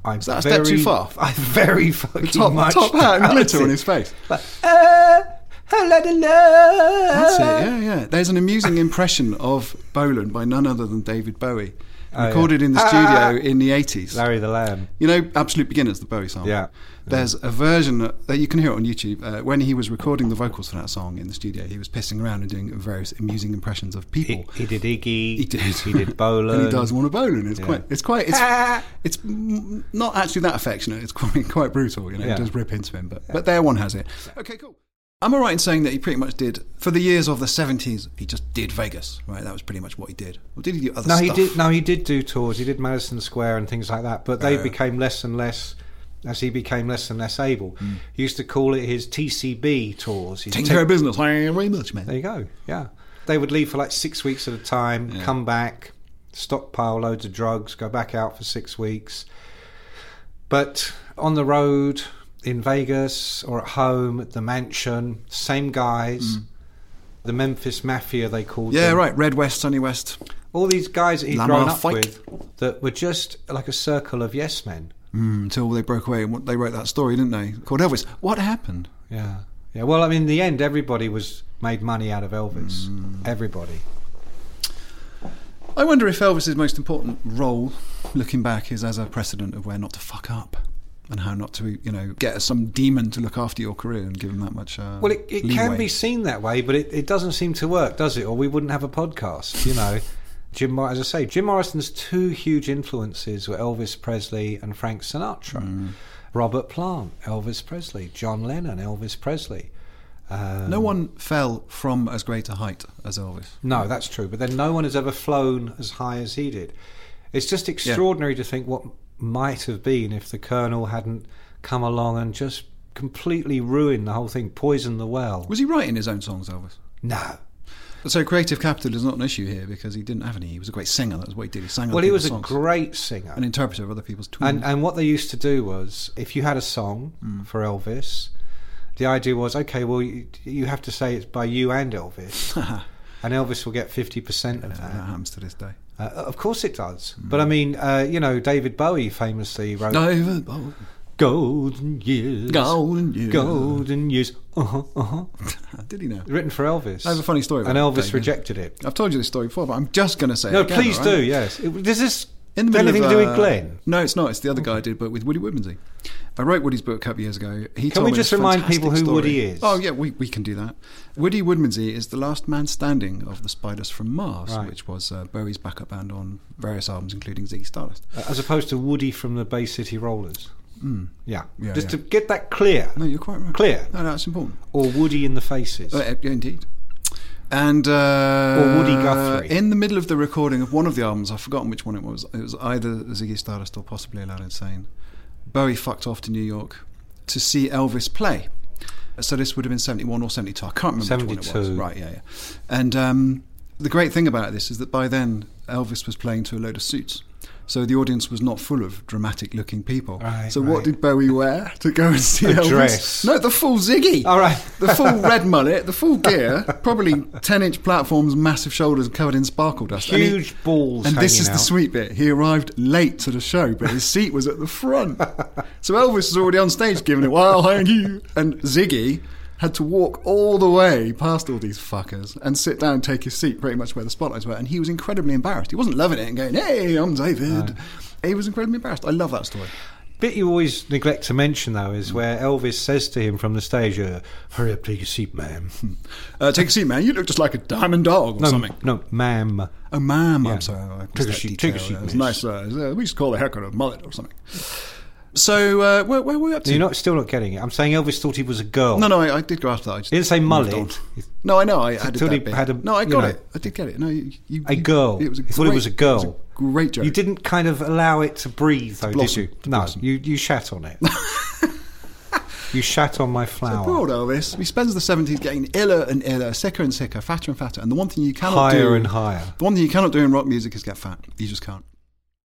D: I'm
C: that a step too far?
D: I very fucking
C: top,
D: much
C: top hat and
D: doubt
C: glitter on
D: it.
C: his face.
D: But, uh, hello to
C: That's
D: love.
C: it. Yeah, yeah. There's an amusing impression of Bolin by none other than David Bowie,
D: Oh, yeah.
C: recorded in the studio
D: Ah!
C: in the 80s.
D: Larry the Lamb.
C: You know, Absolute Beginners, the Bowie song.
D: Yeah.
C: There's a version that you can hear it on YouTube. Uh, when he was recording the vocals for that song in the studio, he was pissing around and doing various amusing impressions of people.
D: He, he did Iggy.
C: He did.
D: He did Bolan.
C: and he does want a Bolan. It's
D: Yeah.
C: quite. It's quite. It's,
D: Ah.
C: it's mm, not actually that affectionate. It's quite quite brutal. You know,
D: Yeah.
C: it does rip into him. But but there one has it. Okay, cool. Am I right in saying that he pretty much did for the years of the seventies? He just did Vegas, right? That was pretty much what he did. Or did he do other
D: No,
C: stuff?
D: he did. No, he did do tours. He did Madison Square and things like that. But they became less and less as he became less and less able.
C: Mm.
D: He used to call it his TCB tours. His
C: Taking
D: te-
C: care of business. Thank you very much, man.
D: There you go. Yeah, they would leave for like six weeks at a time. Come back, stockpile loads of drugs, go back out for six weeks. But on the road in Vegas or at home at the mansion, same guys. The Memphis Mafia, they called
C: Mm. Yeah,
D: them.
C: right. Red West, Sunny West.
D: All these guys that he'd
C: Lamar
D: grown up
C: Fike.
D: with that were just like a circle of yes men.
C: Mm, until they broke away and what- they wrote that story, didn't they? Called Elvis. What happened?
D: Yeah. Yeah. Well, I mean, in the end, everybody was made money out of Elvis.
C: Mm.
D: Everybody.
C: I wonder if Elvis's most important role, looking back, is as a precedent of where not to fuck up and how not to, you know, get some demon to look after your career and give him that much. Uh,
D: Well, it, it can
C: leeway.
D: be seen that way, but it, it doesn't seem to work, does it? Or we wouldn't have a podcast, you know. Jim, Mor- as I say, Jim Morrison's two huge influences were Elvis Presley and Frank Sinatra.
C: Mm.
D: Robert Plant, Elvis Presley. John Lennon, Elvis Presley. Um,
C: no one fell from as great a height as Elvis.
D: No, that's true. But then no one has ever flown as high as he did. It's just extraordinary to think what might have been if the Colonel hadn't come along and just completely ruined the whole thing, poisoned the well.
C: Was he writing his own songs, Elvis?
D: No.
C: So creative capital is not an issue here because he didn't have any. He was a great singer. That's what he did. He sang. other
D: Well, he was a
C: people's songs.
D: great singer.
C: an interpreter of other people's tunes.
D: And, and what they used to do was, if you had a song
C: Hmm.
D: for Elvis, the idea was, okay, well, you, you have to say it's by you and Elvis, and Elvis will get fifty percent of that. That
C: happens to this day.
D: Uh, of course, it does.
C: Hmm.
D: But I mean, uh, you know, David Bowie famously
C: Oh.
D: wrote
C: David Bowie.
D: "Golden Years,
C: Golden Years.
D: Golden Years." Uh-huh, uh-huh.
C: Did he know?
D: Written for Elvis.
C: I have a funny story.
D: And
C: about
D: Elvis
C: David.
D: rejected it.
C: I've told you this story before, but I'm just going to say
D: No,
C: it. again,
D: please
C: all right?
D: do. Yes. It, does this
C: In the
D: have
C: middle
D: anything
C: of,
D: to do
C: uh,
D: with Glenn?
C: No, it's not. It's the other guy I did, but with Woody Woodmansey. I wrote Woody's book a couple of years ago. He
D: Can
C: told
D: we
C: me
D: just
C: this
D: remind
C: fantastic
D: people who
C: story.
D: Woody is?
C: Oh yeah, we, we can do that. Woody Woodmansey is the last man standing of the Spiders from Mars,
D: Right.
C: which was uh, Bowie's backup band on various albums, including Ziggy Stardust.
D: Uh, As opposed to Woody from the Bay City Rollers. Yeah.
C: Hmm. Yeah,
D: Just
C: yeah.
D: to get that clear.
C: No, you're quite right.
D: Clear.
C: No, no, it's important.
D: Or Woody in the Faces.
C: Uh, uh, indeed. And uh,
D: Or Woody Guthrie.
C: In the middle of the recording of one of the albums, I've forgotten which one it was. It was either Ziggy Stardust or possibly Loud Insane. Bowie fucked off to New York to see Elvis play. So this would have been seventy-one or seventy-two. I can't remember which one it was.
D: 72.
C: Right? Yeah, yeah. And um, the great thing about this is that by then Elvis was playing to a load of suits. So the audience was not full of dramatic-looking people.
D: Right,
C: so what
D: right.
C: did Bowie wear to go and see
D: A
C: Elvis?
D: dress.
C: No, the full Ziggy.
D: All right.
C: The full red mullet, the full gear, probably 10 inch platforms, massive shoulders covered in sparkle dust. And he-
D: Huge balls.
C: And this
D: hanging
C: is the
D: out.
C: sweet bit. He arrived late to the show, but his seat was at the front. So Elvis was already on stage giving it, wow, thank you. And Ziggy had to walk all the way past all these fuckers and sit down and take his seat pretty much where the spotlights were. And he was incredibly embarrassed. He wasn't loving it and going, hey, I'm David. He was incredibly embarrassed. I love that story.
D: bit you always neglect to mention, though, is where Elvis says to him from the stage, uh, Hurry up, take a seat, ma'am.
C: Uh, take a seat, man. You look just like a diamond dog or
D: No,
C: something.
D: no, ma'am.
C: Oh, ma'am,
D: Yeah.
C: I'm sorry. I missed
D: Take a
C: that
D: sheet- take a
C: detail.
D: sheet,
C: It was
D: miss.
C: nice. Uh, uh, we just call a haircut a mullet or something. So, uh, where, where were we up to?
D: You're not, still not getting it. I'm saying Elvis thought he was a girl.
C: no, no, I, I did grasp that. I just
D: He didn't say
C: moved
D: mullet.
C: on. No, I know. I added
D: Until he
C: that bit.
D: had a-
C: no, I
D: you
C: got
D: know.
C: it. I did get it. No, you, you,
D: A
C: you-
D: girl.
C: It was a
D: He
C: great,
D: thought it was a girl.
C: it was a great joke.
D: You didn't kind of allow it to breathe, though,
C: blossom,
D: did
C: to
D: you? No,
C: blossom.
D: you, you shat on it. you shat on my flower.
C: Poor old Elvis. He spends the seventies getting iller and iller, sicker and sicker, fatter and fatter. And the one thing you cannot
D: higher
C: do,
D: and higher.
C: the one thing you cannot do in rock music is get fat. You just can't.